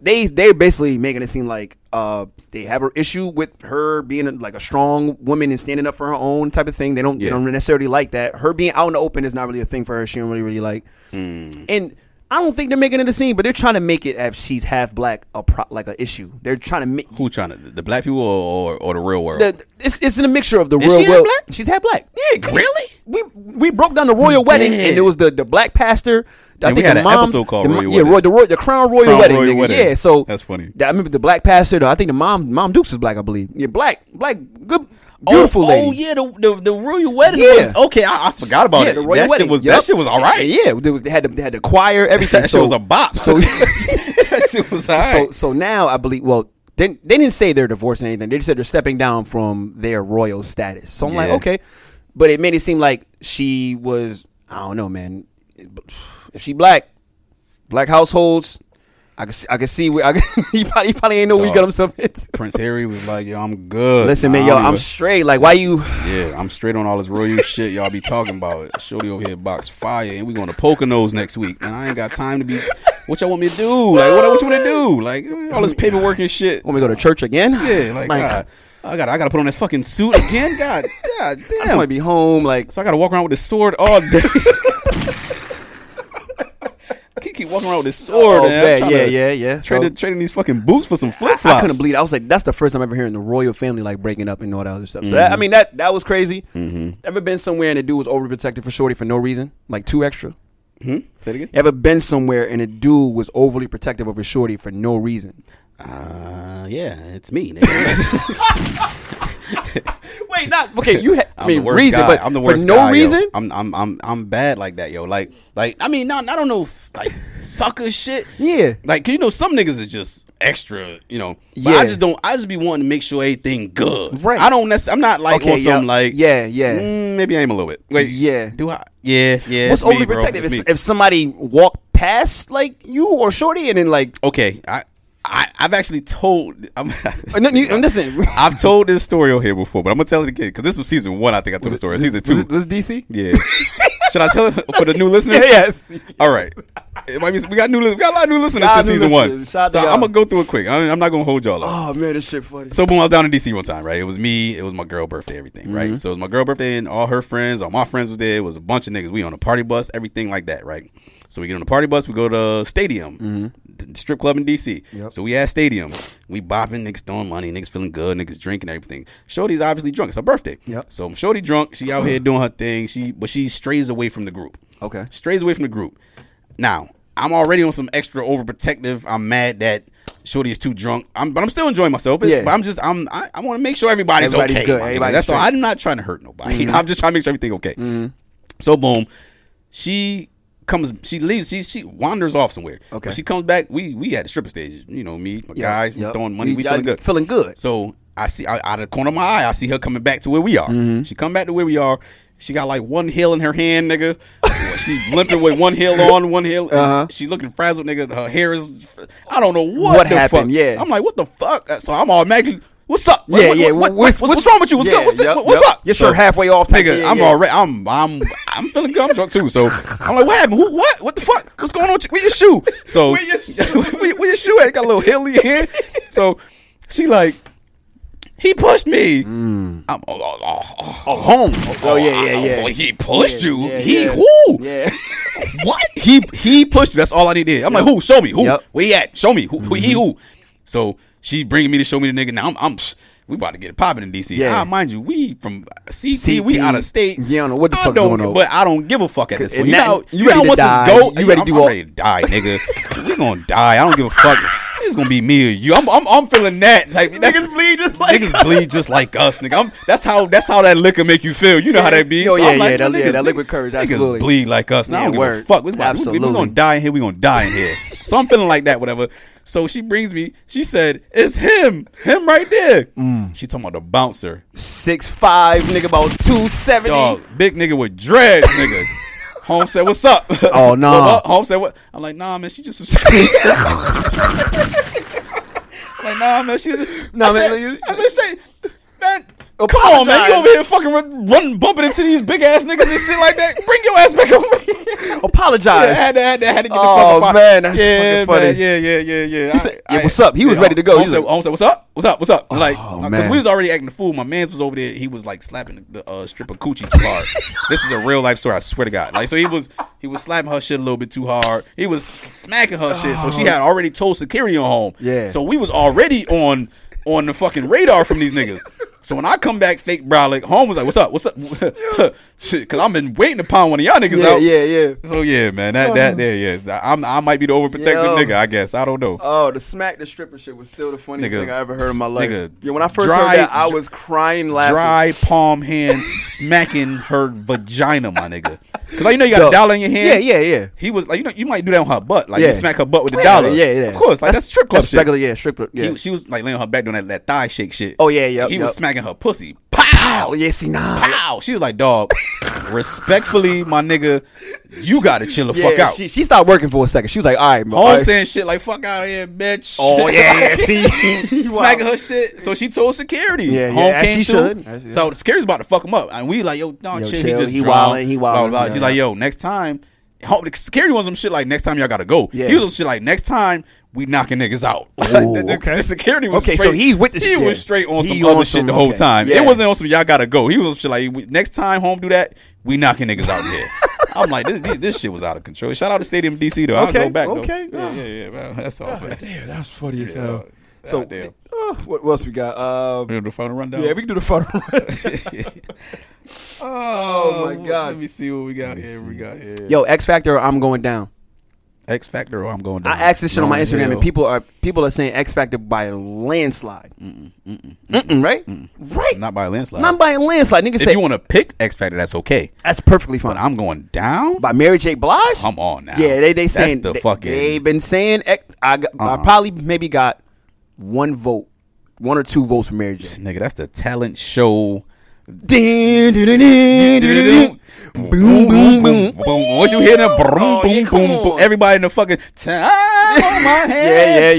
they they're basically making it seem like uh they have an issue with her being a, like a strong woman and standing up for her own type of thing. They don't
Yeah.
they don't necessarily like that. Her being out in the open is not really a thing for her. She don't really really like.
Hmm.
And I don't think they're making it a scene, but they're trying to make it as she's half black a pro, like an issue. They're trying to make
Who trying to the black people or, or, or the real world?
the, it's it's in a mixture of the
Is
real
she half
world.
black?
She's half black. Yeah,
Really?
We we broke down the royal wedding, and it was the the black pastor. I
And we
think
had
the
an
mom,
episode called
the, mo-
Royal
yeah,
Wedding.
Roy, the royal, the crown royal,
Crown
wedding,
Royal
nigga.
Wedding.
Yeah, so
That's funny.
I remember the black pastor. Though I think the mom mom Dukes was black, I believe. Yeah, black black good beautiful
oh,
lady.
Oh yeah, the the, the royal wedding.
Yeah.
Was, okay, I, I forgot about
yeah,
it.
The royal
that
wedding.
shit was
Yup.
that shit was all right.
Yeah, they, was, they had the, they had the choir, everything.
That
so,
shit was a bop.
So
that shit was all right.
So so now I believe well they, they didn't say they're divorcing or anything. They just said they're stepping down from their royal status. So I'm like,
Yeah.
okay. But it made it seem like she was I don't know, man. If she black, black households, I could see, I could see where I could, he probably he probably ain't know where he got
Dog.
himself into.
Prince Harry was like, "Yo, I'm good.
Listen, man,
I
yo,
don't
I'm
even-
straight. Like, why you?
yeah, I'm straight on all this royal shit y'all be talking about. It. Shorty over here box fire, and we going to Poconos next week. And I ain't got time to be. What y'all want me to do? Like, what, what you want to do? Like, eh, all this paperwork and shit.
Want me to go to church again?
Yeah, like, God, I got, I got to put on this fucking suit again. God, God
I just
damn.
want to be home. Like,
So I gotta walk around with this sword all day. I can't keep walking around with this sword,
Oh, bet.
man. I'm tryna
Yeah, yeah, yeah.
Trading,
So-
trading these fucking boots for some flip
I
flops.
couldn't believe. It. I was like, that's the first time ever hearing the royal family like breaking up and all that other stuff. So that, I
Mm-hmm.
mean, that that was crazy. Ever been somewhere and a dude was overprotective for shorty for no reason, like two extra?
Say it again.
Ever been somewhere and a dude was overly protective over shorty for no reason?
Uh, yeah, it's me. nigga.
Wait, not okay. You, ha-
I'm
I mean,
the worst
reason,
guy.
but
I'm the
for
worst
no
guy, yo.
reason.
I'm, I'm I'm I'm bad like that, yo. Like like I mean, not I don't know, if, like sucker shit.
Yeah.
Like 'cause you know, some niggas is just extra. You know. But
Yeah.
I just don't. I just be wanting to make sure everything good.
Right.
I don't. Necess- I'm not like
Okay,
on some
yeah.
like.
Yeah, yeah.
mm, maybe I am a little bit. Wait.
Yeah.
Do I? Yeah. Yeah.
What's
it's me,
overly
bro.
protective?
It's me.
If, if somebody walked past like you or shorty and then like,
okay, I, I I've actually told. I'm,
Uh, no, you- listen.
I've told this story on here before, but I'm gonna tell it again because this was season one. I think I told the story. Season two.
was it, was it DC?
yeah. Should I tell it for the new listeners?
yes.
All right. It might be, we got new. li- We got a lot of new listeners
Y'all
since
new
season one.
listeners.
So
Shout out to y'all.
I'm gonna go through it quick. I, I'm not gonna hold y'all up.
Oh man, this shit funny.
So when I was down in DC one time, right? It was me, it was my girl birthday, everything,
Mm-hmm.
right? So it was my girl birthday and all her friends, all my friends was there. It was a bunch of niggas. We on a party bus, everything like that, right? So we get on the party bus, we go to Stadium,
Mm-hmm.
th- strip club in DC. So we at Stadium, we bopping, niggas throwing money, niggas feeling good, niggas drinking everything. Shorty's obviously drunk. It's her birthday.
Yep.
So Shorty drunk, she out here doing her thing. She but she strays away from the group.
Okay.
Strays away from the group. Now, I'm already on some extra overprotective. I'm mad that Shorty is too drunk. I'm, but I'm still enjoying myself. It's-
Yeah.
But I'm just I'm I, I want to make sure everybody's,
Everybody's
okay.
good.
my nigga.
Everybody's Mm-hmm.
That's all.
straight.
I'm not trying to hurt nobody. I'm just trying to make sure everything okay. So boom, she comes. She leaves. She she wanders off somewhere.
Okay.
When she comes back. We we at the stripper stage. You know me, my
Yeah,
guys.
yeah.
We throwing money.
We-
We,
I-
feeling good.
feeling good.
So I see I, out of the corner of my eye, I see her coming back to where we are.
Mm-hmm.
She come back to where we are. She got like one heel in her hand, nigga. she limping with one heel on, one heel. She looking frazzled, nigga. Her hair is. I don't know what,
Uh-huh. What
the
happened,
Fuck.
yeah.
I'm like, what the fuck? So I'm automatically. What's up? What-
Yeah,
what-
yeah.
what- what-
What's-
what's,
what's-
wrong with you? What's
yeah,
good? What's,
yup,
the, what's
yup.
up?
Your shirt halfway off type
nigga.
shit,
I'm
yeah.
already. I'm. I'm. I'm feeling good. I'm drunk too. So I'm like, what happened? Who, what? What the fuck? What's going on? With you? Where your shoe? So where, where your shoe at? Got a little heel in your hand. So she like, He pushed me. I'm, oh, oh, oh, oh,
Mm. Oh, home. Oh, yeah, yeah,
oh,
yeah.
oh, he pushed
Yeah,
you.
yeah,
he
yeah.
who?
Yeah.
what? He he pushed you. That's all I need to hear. I'm like, who? Show me who?
Yep. Mm-hmm.
Where he at? Show me who? who- He who? So she bringing me to show me the nigga. Now I'm I'm we about to get it popping in DC.
Yeah.
Ah, mind you, we from CT, we out of state.
Yeah, I don't know what the
I
fuck
don't,
going on.
But I don't give a fuck at this
And
point. You
now-
know,
you
you
ready
know
to
once
die.
this go,
You ready to
I'm,
do
I'm
all-
ready to die, nigga. we gonna die. I don't give a fuck. It's gonna be me or you. I'm I'm, I'm feeling that. Like that's-
Niggas bleed just like
niggas bleed just like us, nigga. I'm, that's how that's how that liquor make you feel. You know how that be.
Yo, yeah,
I'm
yeah, that-
"Niggas-
yeah, that liquid courage,
Niggas
absolutely.
bleed like us. Now I
Yeah,
don't give a
word.
fuck. What's about, we, we
Absolutely.
gonna die in here. We gonna die in here. so I'm feeling like that, whatever. So she brings me. She said, "It's him, him right there."
Mm.
She talking about the bouncer,
six five, nigga, about two seventy.
dog, big nigga with dreads, nigga. Home said, "What's up?"
Oh, nah.
What up? Home said, "What?" I'm like, "Nah, man. She just." like, nah, man. She just.
Nah,
I
man,
said-
you-
I said, "Shit, man." Come on, man. You over here fucking run, running, bumping into these big ass niggas and shit like that. Bring your ass back over here. Yeah, I
Apologize.
had to, had to, had to get
Oh,
the fucking pop.
man, that's
yeah,
fucking
man,
funny.
yeah, yeah, yeah, yeah.
He said, yeah, what's up? He was ready to go.
I
He was
said,
like- Oh,
I said, what's up? What's up? What's up? like, because
man.
we was already acting the fool. My man's was over there. He was like slapping the uh, stripper coochie too hard. this is a real life story. I swear to God. Like, so he was he was slapping her shit a little bit too hard. He was smacking her shit. So she had already told security on home.
Oh. Yeah.
So we was already on on the fucking radar from these niggas. So when I come back, fake brow, like home was like, "What's up? What's up?" Shit, because I've been waiting to pound one of y'all niggas
Yeah,
out.
yeah, yeah.
So yeah, man, that that there, yeah. I'm I might be the
Yo.
overprotective nigga, I guess. I don't know.
Oh, the smack the stripper shit was still the funniest
Nigga,
thing I ever heard in my life.
nigga,
yeah, when I first
dry-
heard that, I was crying laughing.
Dry palm hand smacking her vagina, my nigga. Cause like you know you got
Yo.
a dollar in your hand.
Yeah, yeah, yeah.
He was like you know you might do that on her butt, like
Yeah.
you smack her butt with the
Yeah,
dollar.
yeah, yeah.
Of course, like that's, strip club
That's
shit.
regular, yeah, stripper. Yeah.
He, she was like laying on her back doing that, that thigh shake shit.
Oh, yeah, yup,
He was
yup.
smacking her pussy. Pow!
oh yeah, see nah.
Pow! She was like, dog, respectfully, my nigga, you gotta chill the
Yeah,
fuck out.
She, she stopped working for a second. She was like, all right, bro. all
Home
right.
saying shit like "fuck out of here, bitch."
Oh yeah, yeah. See,
smacking her shit. So she told security.
Yeah, yeah,
Home
as
came
she
through.
should. As- yeah.
So the security's about to fuck him up, and we like, yo,
Yo,
no, chill,
chill,
He just
he
drowned,
wildin', he
blah, blah,
wildin',
blah.
yeah.
She's like, yo, next time. Home, the security was some shit like next time y'all gotta go.
Yeah.
He was some shit like next time we knocking niggas out. the, the-
okay.
the security was
Okay, so
straight,
he's with the
He
shit.
was straight on
He
some other
on
shit
some-
the whole
okay.
time.
Yeah.
It wasn't on some y'all gotta go. He was on some shit like we- next time home do that, we knocking niggas out here. I'm like this, this this shit was out of control. Shout out to Stadium DC though. I'll
Okay,
go back. though.
okay.
Yeah, yeah, yeah, man. That's all. man.
Damn, that was funny as hell.
So
So,
damn.
uh, what else we got?
We
Uh,
gonna do the final rundown.
yeah, we can do the photo.
Oh,
my God.
Let me see what we got here. We got here.
Yo, X Factor, I'm going down.
X Factor. Or I'm going.
I
Down.
asked this shit on my
Lauren
Instagram,
Hill.
and people are people are saying X Factor by a landslide. Mm-mm, mm-mm, right? Right?
Not by a landslide.
Not by a landslide. Nigga
if
say
you want to pick X Factor, that's okay.
that's perfectly fine.
But I'm going down.
by Mary J. Blige?
Come on now.
Yeah, they they
That's
saying
the
they,
fucking-
They've been saying ex- I got, I probably maybe got one vote, one or two votes for Mary J.
Nigga, that's the talent show.
Dun, dun, dun, dun, dun, dun, dun. Boom, boom, Oh, boom.
Once you hear that, boom, boom, boom, boom. Everybody in the fucking time on my head.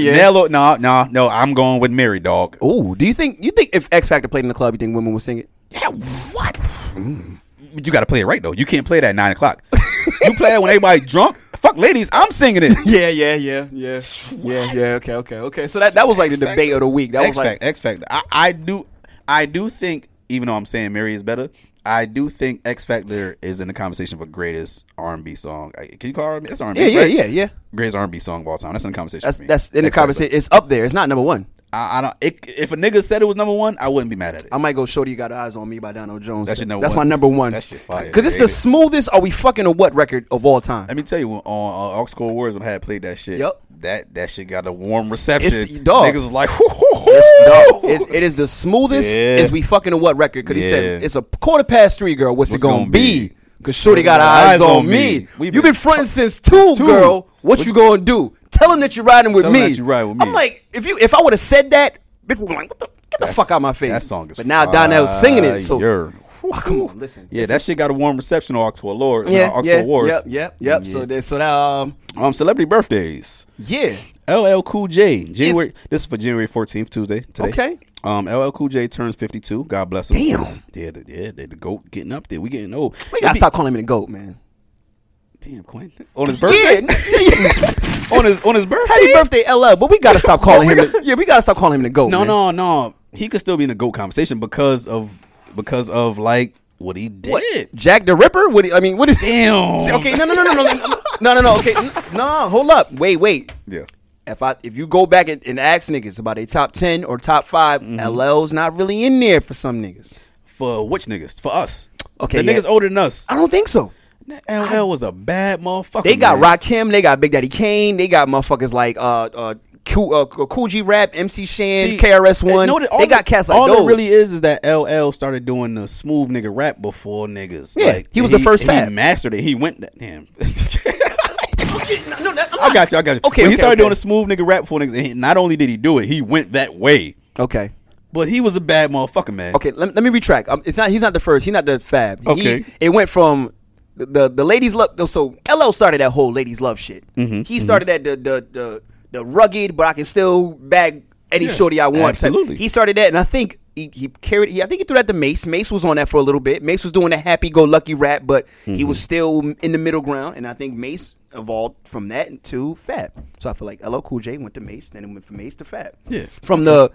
yeah, yeah.
Nello, nah, nah, no. I'm going with Mary, dog.
Oh, do you think you think if X Factor played in the club, you think women would sing it?
Yeah, what? Mm. You got to play it right though. You can't play it at nine o'clock. you play it when everybody drunk. Fuck, ladies, I'm singing it.
yeah, yeah, yeah, yeah, yeah, yeah. Okay, okay, okay. So that that was like the
X-Factor.
debate of the week. That
X
was like
Factor. X Factor. I, I do, I do think, even though I'm saying Mary is better, I do think X Factor is in the conversation for greatest R&B song. I- Can you call it R&B? That's R&B.
Yeah, yeah,
right?
yeah, yeah.
Greatest R&B song of all time. That's in the conversation.
That's
for me.
that's in the
X Factor.
conversation. It's up there. It's not number one.
I, I don't. It, if a nigga said it was number one, I wouldn't be mad at it.
I might go Shorty You Got Eyes on Me by Dono Jones.
That's your number
That's
one.
my number one.
That shit fire,
Because it's
baby.
the smoothest Are We Fucking or What record of all time.
Let me tell you, when- on uh, Oxcore Awards, when I had played that shit,
Yup.
that that shit got a warm reception.
It's- dog.
Niggas was like, hoo, hoo, hoo.
It's, dog, it's, it is the smoothest
Yeah.
Is We Fucking or What record. Because he said,
Yeah.
it's a quarter past three, girl. What's, it
What's
going to
gonna
be?
be?
Because Shorty got eyes, on me.
We've
You've
been
been fronting since two,
two.
girl. What, you going to do? Tell him that you're riding with
Tell
me.
'em that you ride with me.
I'm like, if you if I would have said that, bitch would be like, what the, get the
That's-
fuck out of my face.
That song is
But now Donnell's singing it. So,
fire.
Oh, come on, listen.
Yeah, that shit got a warm reception on Oxford Lord. uh, Yeah,
Yeah,
Oxford
yeah,
Wars.
yep, yep, yep. So, that, so that, um,
Um, celebrity birthdays.
yeah.
LL Cool J. January. this is for January fourteenth, Tuesday. Today.
Okay.
Um, LL Cool J turns fifty-two. God bless him.
Damn.
Yeah, the, yeah, the, the goat getting up there. We getting old.
We
It
gotta
be-
stop calling him the goat, man.
Damn, Quentin. On his birthday. on his on his birthday.
Happy birthday, LL. But we gotta stop calling him. The, yeah, we gotta stop calling him the goat.
No,
man.
no, no. he could still be in the goat conversation because of because of like what he did.
Jack the Ripper? What? do you- I mean, what is?
Damn.
See, okay, no, no, no, no, no, no, no, no, no. Okay, n- no, hold up, wait, wait.
Yeah.
If I if you go back and, and ask niggas about a top ten or top 5 LL's not really in there for some niggas.
For which niggas? For us.
Okay,
The
yeah.
niggas older than us.
I don't think so.
LL was a bad motherfucker.
They got
man.
Rakim, they got Big Daddy Kane, they got motherfuckers like uh uh. Cool, uh, Cool G Rap, MC Shan,
See,
KRS One.
and know that all
They got cats like
all
those.
it really is is that LL started doing the smooth nigga rap before niggas.
Yeah,
like,
he was the first
and
fab.
He mastered it. He went that damn.
no, that, I'm
I
not-
got you. I got you.
Okay,
When
okay,
he started
okay.
doing the smooth nigga rap before niggas. And he, not only did he do it, he went that way.
Okay,
But he was a bad motherfucker, man.
okay. Let, let me retract. Um, it's not. He's not the first. He's not the Fab.
Okay.
He's- it went from the the, the ladies love. So LL started that whole ladies love shit.
Mm-hmm,
He started that the the the the rugged, but I can still bag any shorty I want. type.
absolutely.
He started that, and I think. He, he carried. He, I think he threw that to Mace. Mace was on that for a little bit. Mace was doing a happy-go-lucky rap, but he
Mm-hmm.
was still in the middle ground. And I think Mace evolved from that to Fab. So I feel like LL Cool J went to Mace, then it went from Mace to Fab.
Yeah.
From the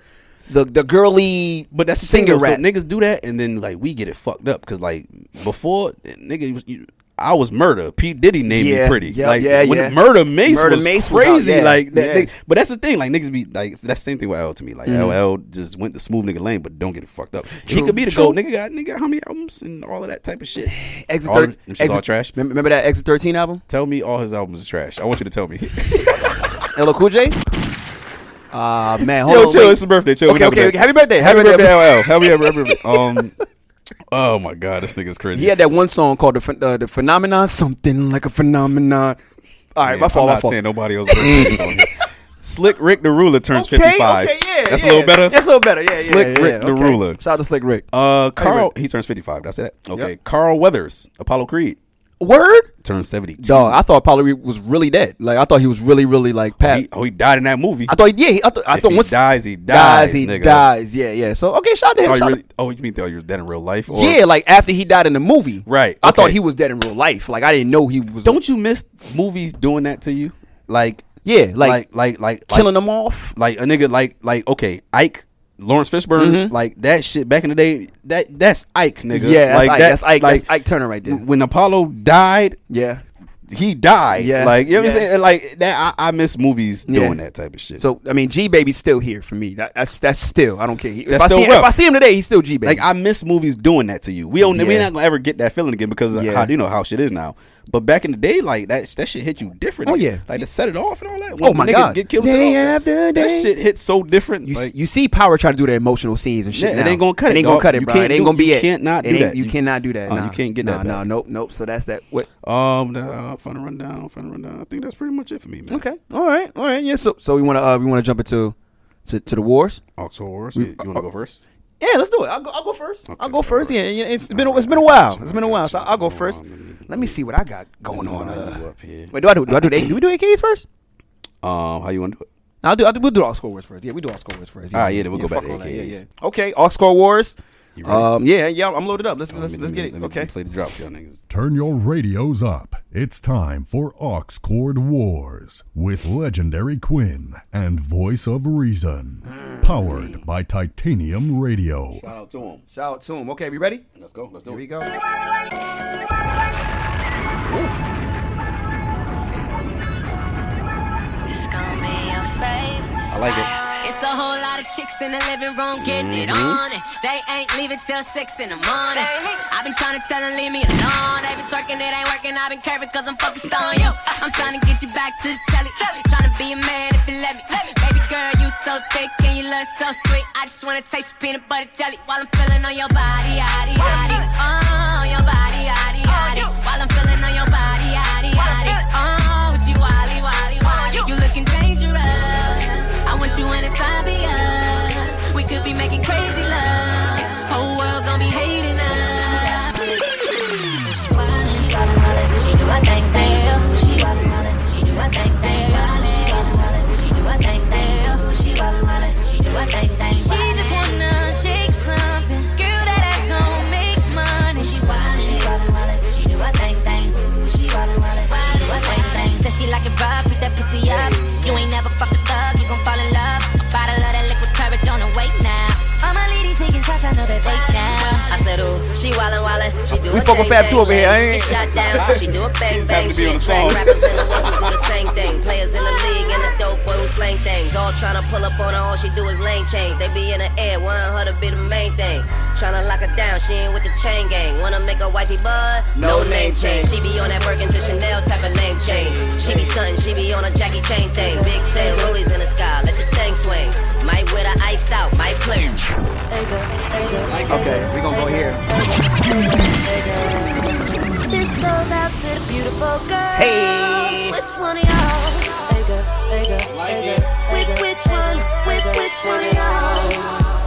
the the girly,
But that's the thing,
singer
though. So
rap.
niggas do that, and then like we get it fucked up because like before, nigga, you was- you, I was murder. P Diddy named
Yeah,
me pretty.
yeah,
like
yeah,
when
yeah.
murder Mace
Murder
was
Mace was out,
crazy.
yeah,
like
yeah.
that.
Mm.
Nigga, but that's the thing. Like niggas be like that's the same thing with LL to me. Like LL just went the smooth nigga lane, but don't get it fucked up. He could be the
true.
goat. Nigga got nigga got how many albums and all of that type of shit.
Exit
all,
thir-
them shit's all
Exit-
trash.
Remember, remember that Exit 13 album?
Tell me all his albums is trash. I want you to tell me.
LL Cool J? Ah, man. Hold
Yo,
on,
chill.
wait.
It's his birthday. Chill. We
Okay,
know
okay.
that.
Happy birthday. Happy,
Happy
birthday.
birthday, LL. Happy happy birthday. Um. Oh my god, this nigga's crazy.
He had that one song called The, Phen- uh, the Phenomenon, something like a phenomenon. All right,
Man,
my fault,
I'm
my
not
fault.
saying nobody else. birthday on here. Slick Rick the Ruler turns 55. That's a little better.
That's a little better. Yeah, yeah,
Slick
yeah,
Rick the
okay.
Ruler.
Shout out to Slick Rick.
Uh, Carl, he turns 55. That's it. Okay.
Yep.
Carl Weathers, Apollo Creed,
Word?
turns 72.
Dog, I thought Apollo Reed was really dead. Like, I thought he was really, really, like, pat.
he, oh, he died in that movie.
I thought, yeah, he, I thought, I
If
thought
he
once
dies, he
dies,
dies,
he
nigga.
dies. Yeah, yeah. So, okay, shout out to him.
oh, you
Shout out-
really, oh, you mean oh, you're dead in real life? Or-
yeah, like after he died in the movie.
Right,
I thought
okay.
he was dead in real life. Like I didn't know he was.
Don't you miss movies doing that to you? Like,
Yeah, like,
like, like, like
killing
like,
them off.
Like a nigga, like, like, okay, Ike. Lawrence Fishburne, like that shit back in the day, that that's Ike, nigga.
Mm-hmm. Yeah, that's
like
Ike.
that-
that's Ike.
like,
that's Ike Turner right there.
when Apollo died,
Yeah.
he died.
Yeah.
Like, you know what I'm
Yeah.
saying? Like, that, I, I miss movies
Yeah.
doing that type of shit.
So I mean, G Baby's still here for me. That, that's that's still. I don't care. He- If
That's
I see
still
him, if
rough.
I see him today, he's still G Baby.
like, I miss movies doing that to you. We don't,
Yeah.
we're not gonna ever get that feeling again because of
Yeah.
how, you know, how shit is now. But back in the day, like, that, that shit hit you different.
Oh, yeah.
Like, to set it off and all that.
Oh, my
nigga
God.
Get killed,
Day
set it off.
after day.
That shit hit so different.
you,
like,
you see Power try to do the emotional scenes and shit.
Yeah, it
now.
ain't gonna cut
It
it,
ain't gonna
dog.
cut it,
You
bro. it
can't
ain't
do-
gonna be
you
it.
can't not
It
do
ain't-
that.
You
You-
cannot do that.
Oh, you
Nah.
can't get that
Nah,
back.
nah, nope, nope. So that's that. What?
um, uh, fun rundown, fun rundown. I think that's pretty much it for me, man.
Okay. All right. All right. Yeah. So so we wanna uh, we wanna jump into to, to the wars.
October. You, you wanna go first?
Yeah, let's do it. I'll go, I'll go first. I'll
Okay,
go first.
all
Yeah, yeah, it's been it's been a while. It's been a while. So I'll go first. Let me see what I got going on. Uh,
up here.
wait, do I do, do I do the, do we do AKs first?
Um, how you wanna do it?
I'll do, I'll do we'll do all score wars first. Yeah, we do all score wars first.
Ah, yeah, then we'll go
fuck
back to
all that. Yeah,
AKs.
yeah. Okay, all score wars.
You ready?
Um, yeah, yeah, I'm loaded up. Let's let's,
Let me-
let's
let
get
me-
it.
let me
Okay.
Play the drop, for y'all niggas.
Turn your radios up. It's time for Ox Cord Wars with legendary Quinn and Voice of Reason. Powered by Titanium Radio.
Shout out to him.
Shout out to him. Okay, we ready?
Let's go. Let's do
Here
it.
we go.
I like it.
It's a whole lot of chicks in the living room getting it on. And they ain't leaving till six in the morning. I've been trying to tell them leave me alone. They been twerking, it ain't working. I've been curving cause I'm focused on you. I'm trying to get you back to the telly. Trying to be a man if you let me. Baby girl, you so thick and you look so sweet. I just wanna taste your peanut butter jelly while I'm feeling on your body, yaddy, yaddy. Oh, your body, yaddy, yaddy. While I'm feeling on your body, yaddy, yaddy. Oh, with you, wally, wally, wally. You looking dangerous. I want you when it's obvious. We could be making crazy love. Whole world gonna be hating us. She wild, she wildin', wildin', she do her thing, thing. She wildin', wildin', she do her thing, thing. She wildin', wildin', she do her thing, thing. She wildin', wildin', she do her thing, thing. She just wanna shake something. Girl, that ass gon' make money. She wild, she wildin', wildin', she do her thing, thing. She wildin', wildin', she do her thing, thing. Said she like it rough, with that pussy up. You ain't never fucked a thug, you gon' fall in love. A bottle of that liquid courage on the way now. I'm She wildin', wildin'. She do
We
a
fuck with
thing,
Fab too
thing,
over here,
legs
I ain't-
get Shot down. She do a bang
Just
bang.
have to be
She
on
a
the
track.
song.
Rappers in the ones who do the same thing. Players in the league and the dope boy who slang things. All tryna pull up on her. All she do is lane change. They be in the air, wanting her to be the main thing. Tryna lock her down. She ain't with the chain gang. Wanna make her wifey bud? No, name change. She be on that Birkin to Chanel type of name change. She be stunting. She be on a Jackie Chain thing. Big set rollies in the sky. Let your thing swing. Might with her iced out. Might play.
Okay, we gonna go here.
This goes out to the beautiful girls.
Hey.
Which one of y'all? Which, which one? Which, which one of y'all?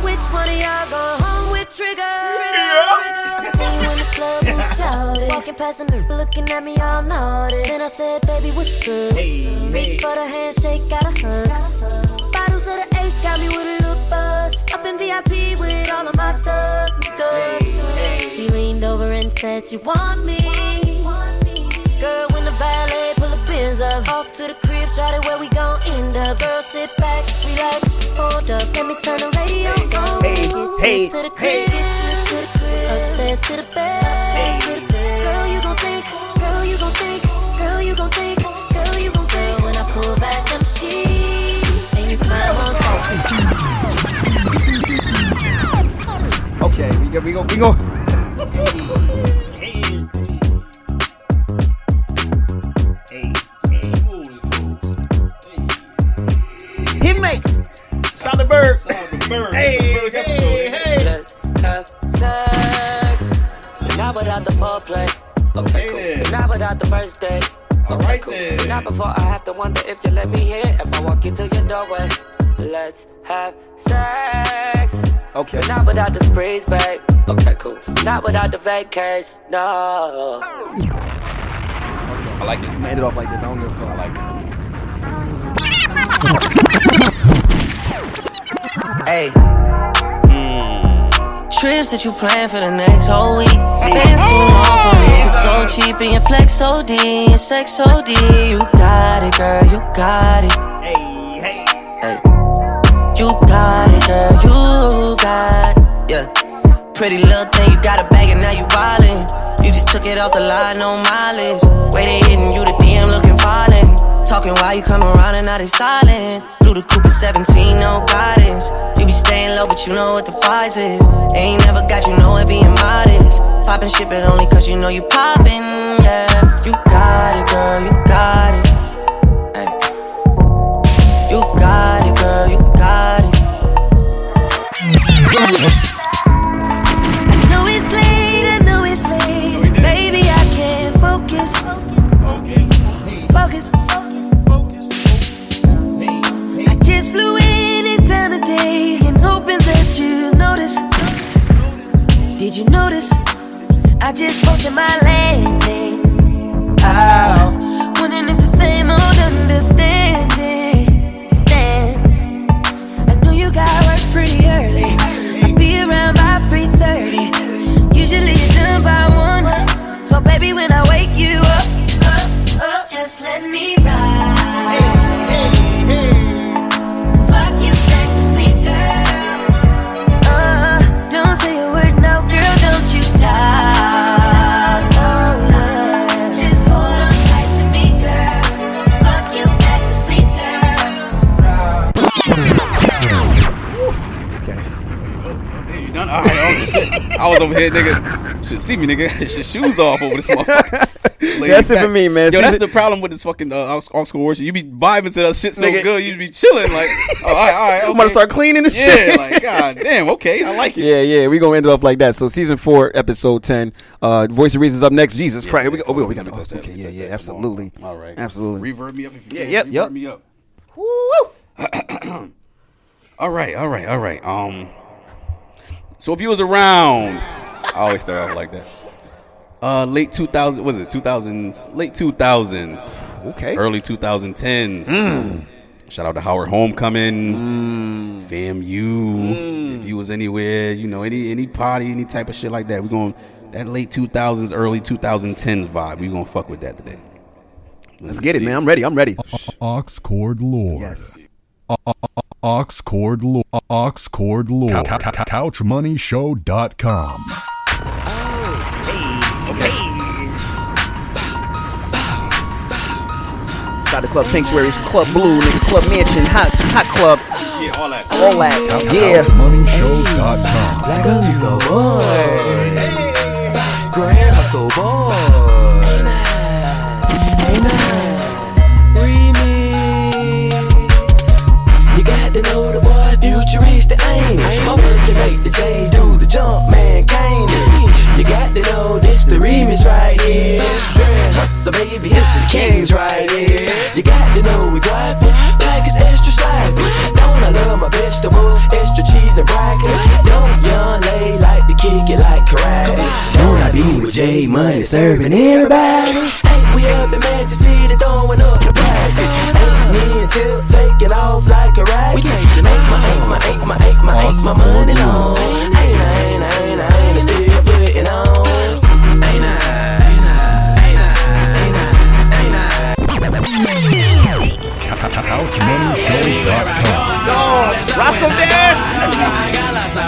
Which one of y'all go home with trigger? trigger. See you in the club and shout it. Walking past and looking at me all naughty. Then I said, baby, what's up? Reach for the handshake, got a hug. Bottles of the ace got me with a little buzz. Up in VIP with all of my thugs. thugs. You leaned over and said you want me. Girl, when the valet pull the pins up, off to the crib, try to where we gon' end up. Girl, sit back, relax, hold up, let me turn the radio on. Hey,
hey,
to the crib, get you to the crib, upstairs to the bed, upstairs to the bed. Girl, you gon' think, girl, you gon' think, girl, you gon' think, girl, you gon' think. Girl, when I pull back them sheets and you climb on top.
Okay, we go, we go, we go.
Hit make. Solid bird. Hey, hey, hey.
Let's have sex. But not without the foreplay. Okay, cool. But not without the first date. Okay, cool. But Not before I have to wonder if you let me in. If I walk into your doorway, let's have sex.
Okay.
But not without the sprees, babe. Okay, cool. Not without the vacays, no.
I like it.
End it off like this. I don't give a fuck. Like,
Hey. Trips that you plan for the next whole week. Bands too long for me. You so cheap and your flex OD, your sex OD. You got it, girl, you got it. Hey, hey, You got it, girl, you got it. Yeah. Pretty little thing, you got a bag and now you wildin'. You just took it off the line, no mileage. Waiting, hitting you the DM, looking violent. Talking while you come around and now they silent. Through the Cooper 17, no guidance. You be staying low, but you know what the price is. Ain't never got you know it being modest. Poppin' shit, but only cause you know you poppin', yeah. You got it, girl, you got it. Ay. You got it, girl, you got it. know it's late, I know it's late. Baby, I can't focus. Focus. I just flew in and down today and hoping that you notice. Did you notice? I just posted my landing. Out. Wondering if the same old understanding stands. I know you got work pretty early. I'll be around by 3:30. Usually you're done by one. So baby, when I wake you up, up, up, just let me ride. Fuck you back to sleep, girl. Uh, don't say a word now, girl. Don't you talk. Oh, yeah. Just hold on tight to me, girl. Fuck you back to sleep, girl.
Hey, you done? All right, all right. I was over here, nigga. Should see me, nigga. Should shoes off over this motherfucker. Lay
That's it
back.
for me, man.
Yo,
See,
that's
thi-
the problem with this fucking uh, aux- aux school worship. You be vibing to that shit so
Nigga.
good, you be chilling like, oh, all right, all right. Okay.
I'm gonna start cleaning the shit.
Yeah, like god damn. Okay, I like it.
Yeah, yeah, we gonna end it off like that. So season four, episode ten, uh, Voice of Reasons up next. Jesus Christ, here we go. Oh, we, we gotta.
Let me
Oh,
touch that,
okay,
let me
yeah,
touch
yeah,
that. Come on.
absolutely.
All right,
absolutely.
Reverb me up if you
Yeah,
can.
yep, yep.
Reverb Me up.
Woo!
All right, all right, all right. Um, so if you was around, I always start off like that. Uh, late two thousand, was it two thousands? Late two thousands,
Okay.
early two thousand tens. Shout out to Howard Homecoming, FAMU. If you was anywhere, you know any any party, any type of shit like that, we going that late two thousands, early two thousand tens vibe. We gonna fuck with that today.
Let's get it, man. I'm ready. I'm ready.
Ox Cord Lord. O- o- o- Ox Cord Lord. Ox Cord Lord. Cou- cou- cou- CouchMoneyShow.com.
Inside the club sanctuaries, Club Blue, nigga, Club Mansion, Hot Hot Club,
Yeah, all that.
all that. Yeah.
HouseMoneyShow.com.
Like a little boy. Grand hustle boy. Hey, nah. Remix. You got to know the boy, futurist, the aim. My work can make the J do the jump, man, kind You got to know this, the remix right here. Grand hustle, baby, it's the kings right here. You got to know we got like it's extra sloppy. Don't I love my vegetables, extra cheese and broccoli? Don't young lady like to kick it like karate? Don't I be with J Money serving everybody? Ain't we up in Magic City throwing up the party? Ain't me and Tip taking off like a rocket? We taking ain't my, ain't my, ain't my, ain't my, ain't my money long. Ain't I, ain't I, ain't I, ain't I still putting on? Ain't I, ain't I, ain't I, ain't I, ain't I?
HouseMoneyShow.com.
Roscoe Dash.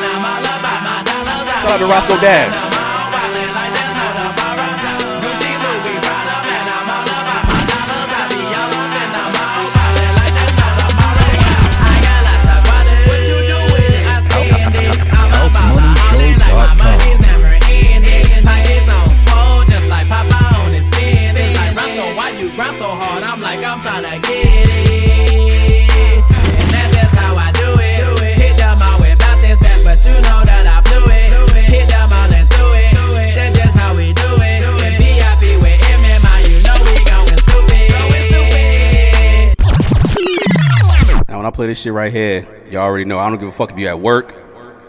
Shout out to Roscoe Dash.
HouseMoneyShow.com.
Now, when I play this shit right here, y'all already know I don't give a fuck if you at work.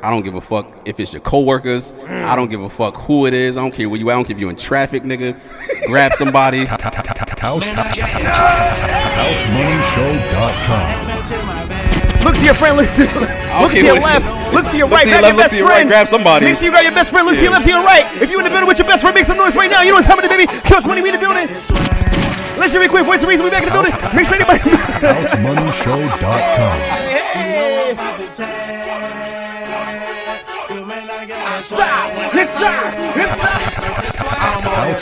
I don't give a fuck if it's your coworkers. I don't give a fuck who it is. I don't care where you at. I don't care if you in traffic, nigga. Grab somebody.
HouseMoneyShow.com.
Look to your friend. Look, look to
care
your
what-
left. Look to your
Look
right.
to your
Grab your
left, look
best
to your right,
friend.
grab somebody.
Make sure you grab your best friend. Look to your left, to your right. If you in the building with your best friend, make some noise right now. You know it's time in the baby. Trust money, we in the building. Let's hear it quick. What's the reason we back in the building? Make sure anybody.
HouseMoneyShow.com.
Inside, inside, inside.
HouseMoneyShow.com.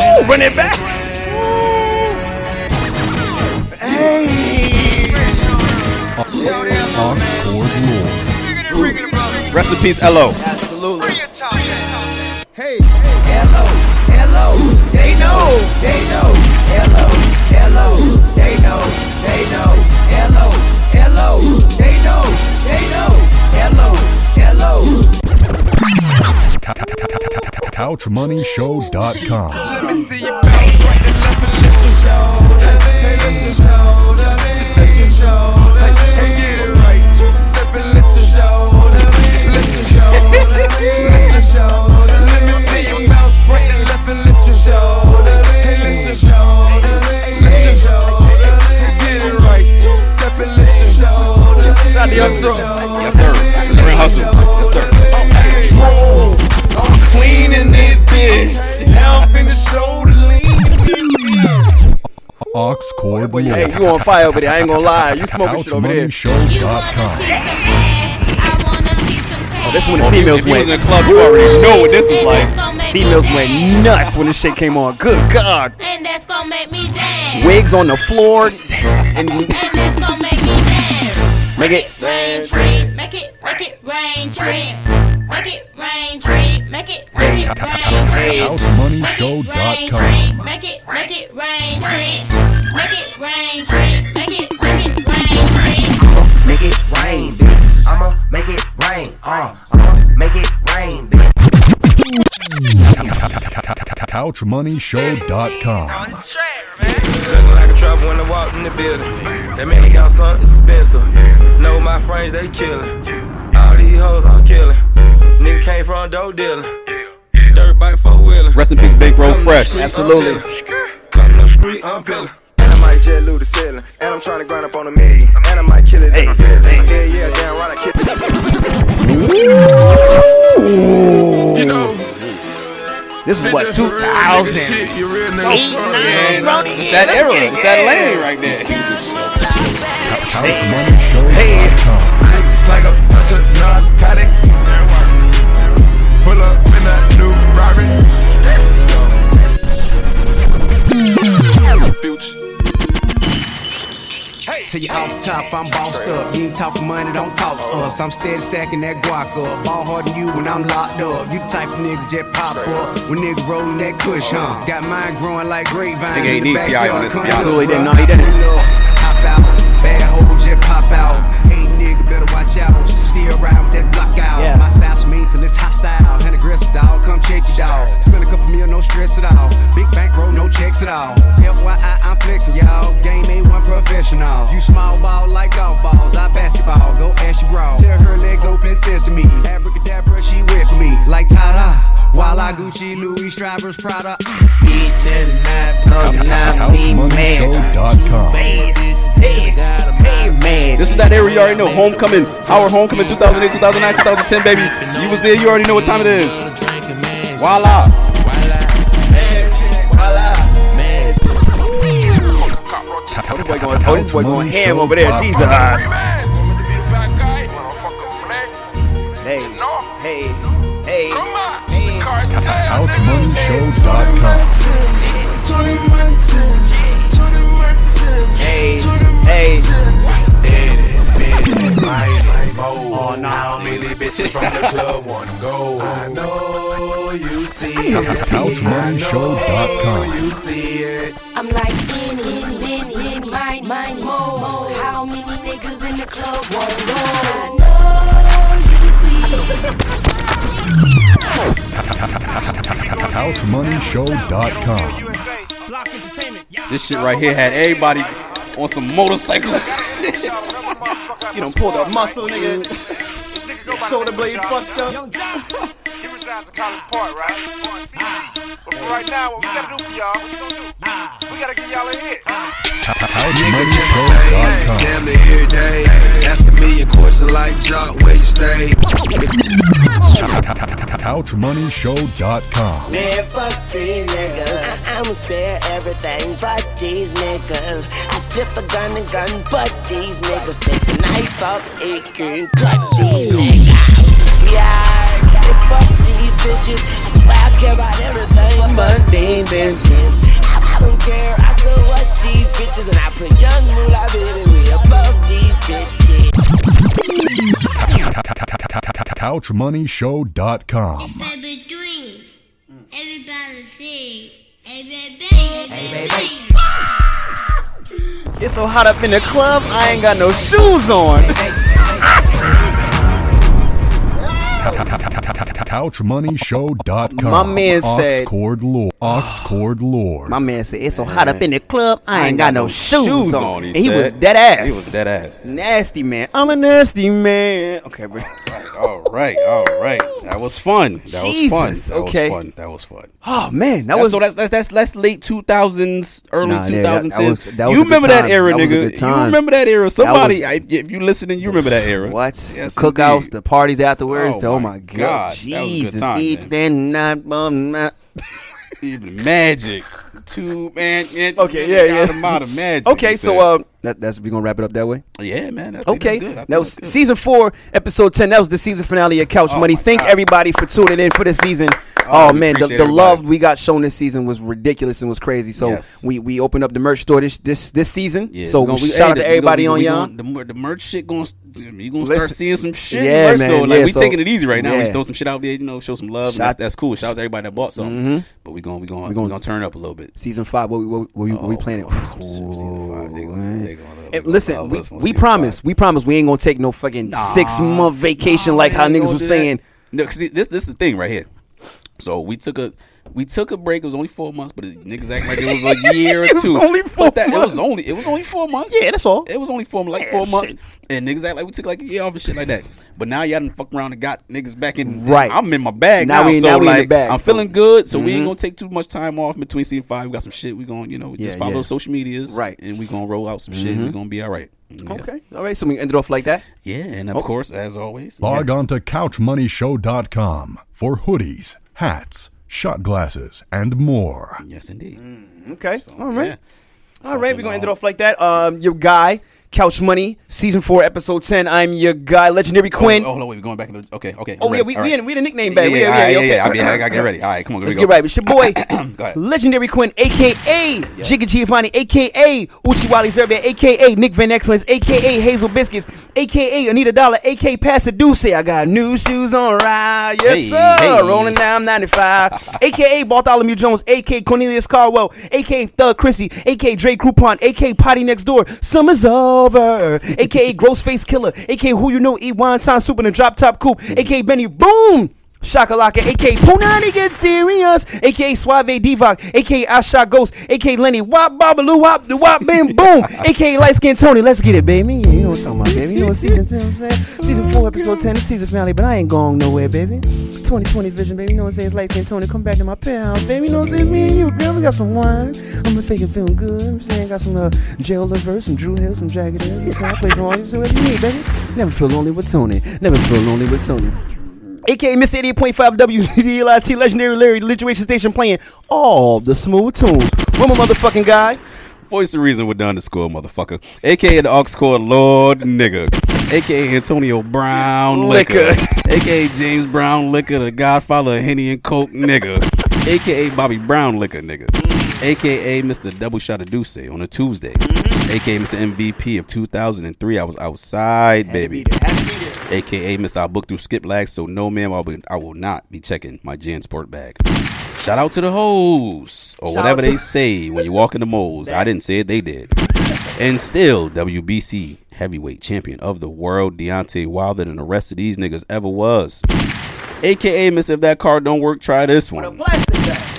Ooh, run it back.
Encore Lord.
Rest in peace, LO.
CouchMoneyShow.com.
Shout out to Young Drew.
Yes, sir. Grand Hustle. Yes, sir.
Troll, I'm cleaning this bitch. Now I'm finna show the lean.
Oxcord Lord.
Hey, you on fire over there. I ain't gonna lie. You smoking shit over there.
HouseMoneyShow.com.
Oh,
This one the
If you-
females
if you was
went.
in the club, you already know what this was like.
Females went nuts when this shit came on. Good God.
And that's gonna make me dance.
Wigs on the floor. And
And that's gonna make me dance.
Make it-
rain, drink. Make it, make it rain, drink. Make it rain, drink. Make it, make it rain, drink.
HouseMoneyShow.com.
Make it, make it rain, drink. Make it rain, drink. Make it, make it rain, drink.
Make it rain, bitch. I'ma make it rain. Uh, I'ma make it rain, bitch.
HouseMoneyShow.com.
Looking like a trapper when I walk in the building. That man got son expensive. Know my friends, they killing. All these hoes, I'm killing. Nigga came from dope dealing. Dirt bike, four wheeler.
Rest in peace, Big Bro Fresh.
Absolutely.
Coming up street, I'm peeling.
And I might jet loot the ceiling. And I'm trying to grind up on a million. And I might kill it if I feel it. Yeah, yeah, damn right, I kill it.
You know,
This is what,
Bitch, that's some real nigga shit. You real nigga
2008,
shit. Yeah.
9, bro?
It's that era. It's that lane right there.
It's like a bunch of narcotics. Pull up in a new Rari.
Tell you off top, I'm bossed up. You ain't talking money, don't talk us. I'm steady stacking that guac up. Ball hard than you when I'm locked up. You type of nigga just pop up. When nigga rolling that cush, huh? Got mine growing like grapevine.
Nigga ain't need T.I. on this, to be honest.
Absolutely didn't. No, he didn't.
Hop out, bad hoes just pop out. Hey nigga, better watch out. Still ride with that block out.
Yeah.
My style's mean till it's hostile. And aggressive dog, come check it out. Spend a couple mil, no stress at all. Big bank roll, no checks at all. FYI, I'm flexing, y'all. Game ain't one professional. You small ball like golf balls. I basketball, go ask your bra. Tear her legs open, sesame. Abracadabra, she wet for me. Like Tada. While I Gucci, Louis, Strivers, Prada. ah.
These just not blowing out me mad.
HouseMoneyShow.com.
This is that era you already know. Homecoming, Howard Homecoming 2008, 2009, 2010, baby. You was there, you already know what time it is. Voila.
Oh, this boy going, oh, this boy going ham over there. Jesus. Hey, hey, hey.
HouseMoneyShow.com.
Hey, hey.
How many bitches from the club want to go? I know you see it.
HouseMoneyShow.com.
You see it.
I'm like any, many, mine, mine, more, more. How many niggas in the club won't know? I know you see.
HouseMoneyShow.com.
This shit right here had everybody on some motorcycles.
you
done pulled a muscle, nigga. Shoulder blade fucked up.
He resides in College Park, right? But for right now, what we gotta do for y'all, what we gonna do? We gotta give y'all a hit.
HouseMoneyShow.com.
Damn it every day. Asking me a question like Jock, where you stay?
HouseMoneyShow.com.
Man, fuck these niggas. I- I'ma spare everything but these niggas. I flip a gun and gun, but these niggas take the knife off, it can cut these niggas. Yeah, and fuck these bitches. I swear I care about everything but these bitches. I, I don't care, I still what these bitches, and I put young moolah baby way above these bitches.
HouseMoneyShow.com.
Baby doing. Everybody sing. Hey, baby. Mm. Hey, baby.
It's so hot up in the club, I ain't got no shoes on.
HouseMoneyShow.com.
My man said-
Oxcord Lord. Oxcord Lord.
My man said, it's so hot up in the club, I ain't got no shoes on.
he
And he
said.
was dead ass.
He was dead ass.
Nasty man. I'm a nasty man. Okay, bro.
All right, all right. That was fun. That was
Jesus,
fun. That
okay.
was fun. That was fun.
Oh man, that
That
was
was, so that's that's that's, that's late two thousands, early
Nah,
two
nigga, that-
thousands.
that was- that was a good
you remember that
time.
era,
That was a
nigga?
good time.
You remember that era? Somebody,
was-
I, if you listening, you remember that era.
what?
Yes,
the cookouts,
indeed.
the parties afterwards.
Oh,
the- Oh,
my
my god,
God, that was a good
Jesus!
time,
Eat then not um, bum not.
even magic, two man. Yeah,
Okay, yeah, yeah.
Out of magic.
Okay,
you
so
said.
uh, that, that's we gonna wrap it up that way.
yeah, man. I think
Okay,
that's good. I think
that was
that's good.
season four, episode ten. That was the season finale of Couch
Oh
Money.
my
Thank
God.
everybody for tuning in for the season.
Oh,
Oh,
we
man, the,
appreciate
the
everybody.
love we got shown this season was ridiculous and was crazy. So
Yes.
we we opened up the merch store this this this season.
Yeah,
so
we gonna-
we,
we-
shout
hey,
out to
the-
everybody
we gonna-
on
we
y'all.
gonna- The, mer- the merch shit going you gonna start
Listen.
seeing some shit.
Yeah,
Yeah, merch
man,
Though. Like
yeah,
we
so-
taking it easy right now. We
yeah.
just throw some shit out there, you know, show some love. and
Shout- Mm-hmm.
that's, that's cool. Shout out to everybody that bought something. But we gonna we gonna we
gonna-
gonna, turn up a little bit.
Season five, what we what we, what we
Oh,
planning?
come on, some- some season five. They gonna- they gonna- they
And
gonna
listen,
love
we,
us on
we
season
promise,
five.
we promise, we ain't gonna take no fucking six month vacation like how
They
niggas
gonna
was
Oh, do
saying.
That. No, 'cause see, this this the thing right here. So we took a we took a break. It was only four months, but it- niggas act like it was a year or
It was
two.
only
But
four
that- It was
months.
only it was only four months.
Yeah, that's all.
It was only four like
Yeah,
four months,
shit.
and niggas act like we took like a year off and shit like that. But now y'all done fuck around and got niggas back in.
Right.
I'm in my bag
Now
now.
we-
so
now we in the
like
bag,
I'm
so- Mm-hmm.
feeling good. So we ain't gonna take too much time off between season five. We got some shit. We gonna you know
Yeah,
just follow
yeah.
social medias.
Right. Mm-hmm.
And we gonna roll out some shit. and We gonna be all right. Yeah.
Okay, all right, so we ended off like that.
Yeah, and of course, as always,
Log on to CouchMoneyShow.com for hoodies, hats, shot glasses, and more.
Yes, indeed.
Okay. All right. All right, we're gonna end it off like that. Um, your guy, Couch Money, season four, episode ten. I'm your guy, legendary Quinn.
Oh, hold on, wait, we're going back into okay, okay.
Oh,
I'm
yeah,
ready.
we-
All
we
right.
in- we in the nickname bag.
Yeah,
We-
yeah,
yeah, yeah,
yeah, yeah,
okay.
I, be- I, I get ready. All right, come on, here
Let's
we
get
go.
right. It's your boy,
Go ahead.
legendary Quinn, aka Jigga Giovanni, aka Uchiwali Zerbia, aka Nick Van Excellence, aka Hazel Biscuits, aka Anita Dollar, aka Pasadena. I got new shoes on ride. Yes,
Hey,
sir.
hey.
Rolling down 95. aka Bartholomew Jones, aka Cornelius Carwell, aka Thug Chrissy, aka Dre Groupon, aka Potty Next Door. Summer's over. aka Gross Face Killer, aka Who You Know Eat Wine Time Soup in a Drop Top Coupe, aka Benny Boom. Shakalaka, aka Punani Get Serious, aka Suave Divock, aka Asha Ghost, aka Lenny Wop Babaloo Wop, the Wop Bam Boom, aka Light Skin Tony. Let's get it, baby. Yeah, you know what I'm talking about, baby. You know what season 10 I'm saying? Season 4, episode 10, it's season finale, but I ain't going nowhere, baby. 2020 vision, baby. You know what I'm saying? It's Light Skin Tony. Come back to my penthouse, baby. You know what I'm saying? Me and you, girl, we got some wine. I'm gonna fake it feeling good. I'm saying, got some uh, Jail Lover, some Drew Hill, some Jagged Edge. You know what I'm saying? I play some all you, so what you need, baby. Never feel lonely with Tony. Never feel lonely with Tony. AKA Miss 88.5 WZLIT Legendary Larry Lituation Station playing all the smooth tunes. From a motherfucking guy.
Voice the reason we're done to school, motherfucker. AKA the Ox Court Lord Nigga. AKA Antonio Brown Liquor. AKA James Brown Liquor, the Godfather of Henny and Coke Nigga. AKA Bobby Brown Liquor Nigga. AKA Mr. Double Shot of Deuce on a Tuesday.
Mm-hmm.
AKA Mr. MVP of 2003. I was outside, baby. AKA Mr. I booked through skip lags, so no, ma'am, I'll be, I will not be checking my Jansport bag. Shout out to the hoes, or
Shout
whatever
out
they
to-
say when you walk in the moles. I didn't say it, they did. And still, WBC heavyweight champion of the world, Deontay Wilder, than the rest of these niggas ever was. AKA Mr. If That Card Don't Work, Try This One.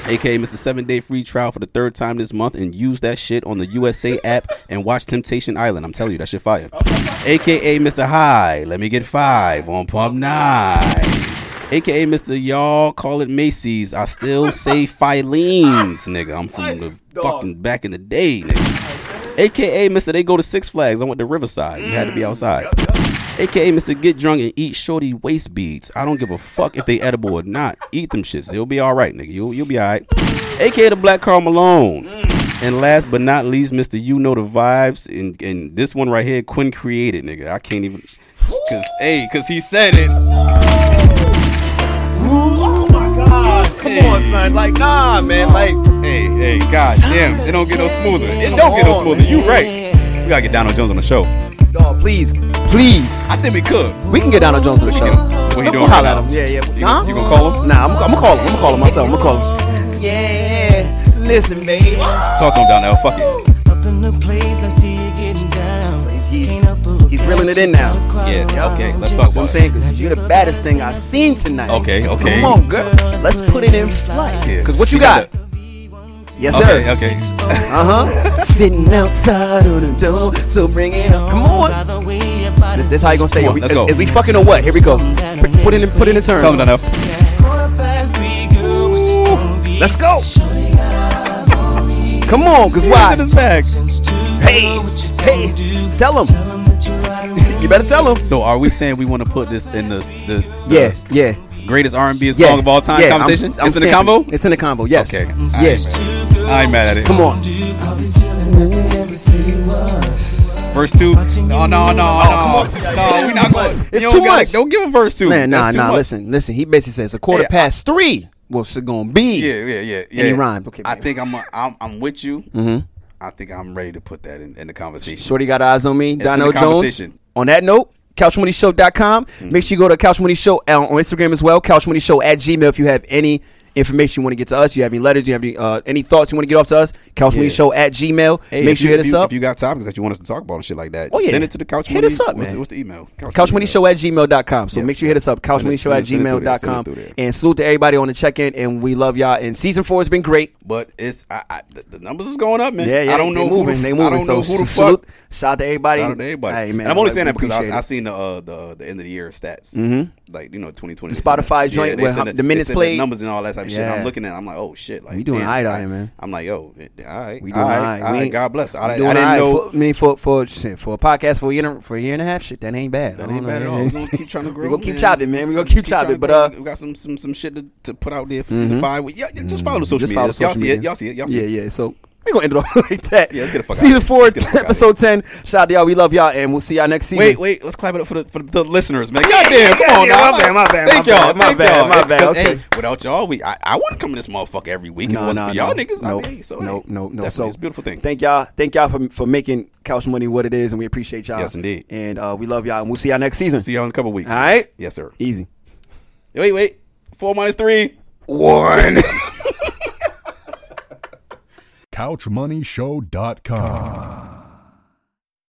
AKA Mr. Seven Day Free Trial for the third time this month and use that shit on the USA app and watch Temptation Island. I'm telling you, that shit fire. AKA Mr. High, let me get five on Pump 9. AKA Mr. Y'all call it Macy's. I still say Filene's, nigga. I'm from the fucking back in the day, nigga. AKA Mr. They go to Six Flags. I went to Riverside. You had to be outside. AKA Mr. Get Drunk and Eat Shorty Waist Beads. I don't give a fuck if they edible or not. Eat them shits. They'll be all right, nigga. You'll, you'll be all right. AKA the Black Carl Malone. And last but not least, Mr. You Know the Vibes. And, and this one right here, Quinn Created, nigga. I can't even. Cause, hey, cause he said it.
Oh my god. Come on, son. Like, nah, man. Like,
hey, hey, god damn. It don't get no smoother. It don't get no smoother. You right. We gotta get Donald Jones on the show.
Dog, please, please.
I think we could.
We can get Donald Jones to the show.
What
We'll
he doing?
holler
right
at
now?
him. Yeah, yeah.
You,
Huh?
gonna, you gonna call him?
Nah, I'm, I'm gonna call him. I'm gonna call him myself. I'm gonna call him.
Yeah, listen, baby.
Talk to him, Donnell. Fuck it.
Up in the place, I see you getting down. he's,
He's reeling it in now.
Yeah, okay. Let's talk about
I'm
it.
saying, 'cause you're the baddest thing I've seen tonight.
Okay,
So
okay.
Come on, girl. Let's put it in flight.
Yeah.
Cause what you
We got
got? Yes,
okay,
sir.
okay.
Uh huh. Sitting outside of the door, so bring it on. Come on. This, this how you gonna say it.
Come on,
We-
let's
is,
go.
is we fucking or what? Here we go. Put, put it in. Put it in
Tell him,
terms.
Donnell.
Let's go. Come on, cause why? Hey, hey. Tell him. you better tell him.
So are we saying we want to put this in the the,
Yeah,
the
yeah.
greatest R and B
yeah.
song of all time
yeah, I'm-
conversation?
I'm
it's in the
stamping
combo.
it. It's in the combo. Yes.
Okay.
Yes.
I ain't mad at it.
Come on.
Verse two. No, no, no, no. No, we not going.
Oh, It's
you
too
don't gotta-
much.
Don't give a verse two.
Man, nah,
That's too
nah.
much.
Listen, listen. He basically says a quarter
Yeah, I-
past three. What's it gonna be?
Yeah, yeah, yeah, yeah.
And he rhymed. Okay.
I think I'm, I'm, I'm with you.
Mhm.
I think I'm ready to put that in, in the conversation.
Shorty got eyes on me.
It's in
Donnell
the
Jones.
conversation. Mm-hmm.
On that note, couchmoneyshow.com. Make sure you go to Couch Money Show uh, on Instagram as well. Couch Money Show at Gmail. If you have any information you want to get to us, you have any letters, you have any, uh, any thoughts you want to get off to us, Couch Money
Yeah.
Show at Gmail.
Hey,
Make
if
sure you
you-
hit
if
us
you,
up.
If you got topics that you want us to talk about and shit like that,
Oh, yeah.
send it to the couch.
Hit
Money-
us up,
What's,
man.
the, what's the email?
CouchMoneyShow at gmail.com. So
Yes,
make sure you hit us up.
Send it-
CouchMoneyShow at
send it- send it through there, send it through
gmail.com. And salute to everybody on the check in. And we love y'all. And season four has been great.
But it's I, I, the, the numbers is going up, man.
Yeah, yeah,
I don't
they
know
moving,
Who
they
the, f- I
moving.
don't
So
know who the
salute-
fuck.
shout out to everybody.
Shout out to everybody.
Hey, man,
and I'm only
like,
saying
we
that because I,
appreciate
I
it.
seen the uh, the the end of the year stats,
Mhm.
like you know 2020.
The
they send
Spotify joint
they
with
send
how- the minutes
they send
played.
numbers and all that type of shit. and
Yeah.
I'm looking at, it, I'm like, oh shit, like
We doing
damn,
all right out
I-
here, man.
I'm like, yo, it- all right,
We doing all right. We ain't-
God bless. I,
we
I
doing all
didn't
right.
know.
For, I mean, for for shit, for a podcast for a year and- for a year and a half, shit, that ain't bad.
That
I
ain't
don't
bad at
know.
all. We're gonna keep trying to grow.
we gonna keep
man.
chopping, man. We gonna keep
trying to
chopping. But
grow.
uh,
we got some some some shit to, to put out there for
Mhm.
season five. Well, Yeah, yeah, just follow the social
Mm-hmm. Just follow
media. Y'all
social
see
media.
it. Y'all see it. Y'all see
yeah,
it.
yeah. So we gonna end it off like that.
Yeah, let's get the fuck out
Season
of here.
four,
Let's get the fuck out of
episode ten. Shout out to y'all. We love y'all, and we'll see y'all next season.
Wait, wait. Let's clap it up for the, for the listeners, man. God damn, come on,
yeah,
dog.
my bad, my bad,
Thank
my
y'all.
bad, my
thank
bad,
y'all.
my bad,
Because, hey,
okay.
without y'all, we I, I wouldn't come to this motherfucker every week. if it
No,
wasn't
no,
for
no.
y'all niggas.
No,
I mean, so,
no,
hey,
no, no.
definitely,
So
it's a beautiful thing.
Thank y'all. Thank y'all for for making couch money what it is, and we appreciate y'all.
Yes, indeed.
And uh, we love y'all, and we'll see y'all next season. See
y'all in a couple weeks.
All right.
Yes, sir.
Easy.
Wait, wait. Four minus three.
One.
CouchMoneyShow.com.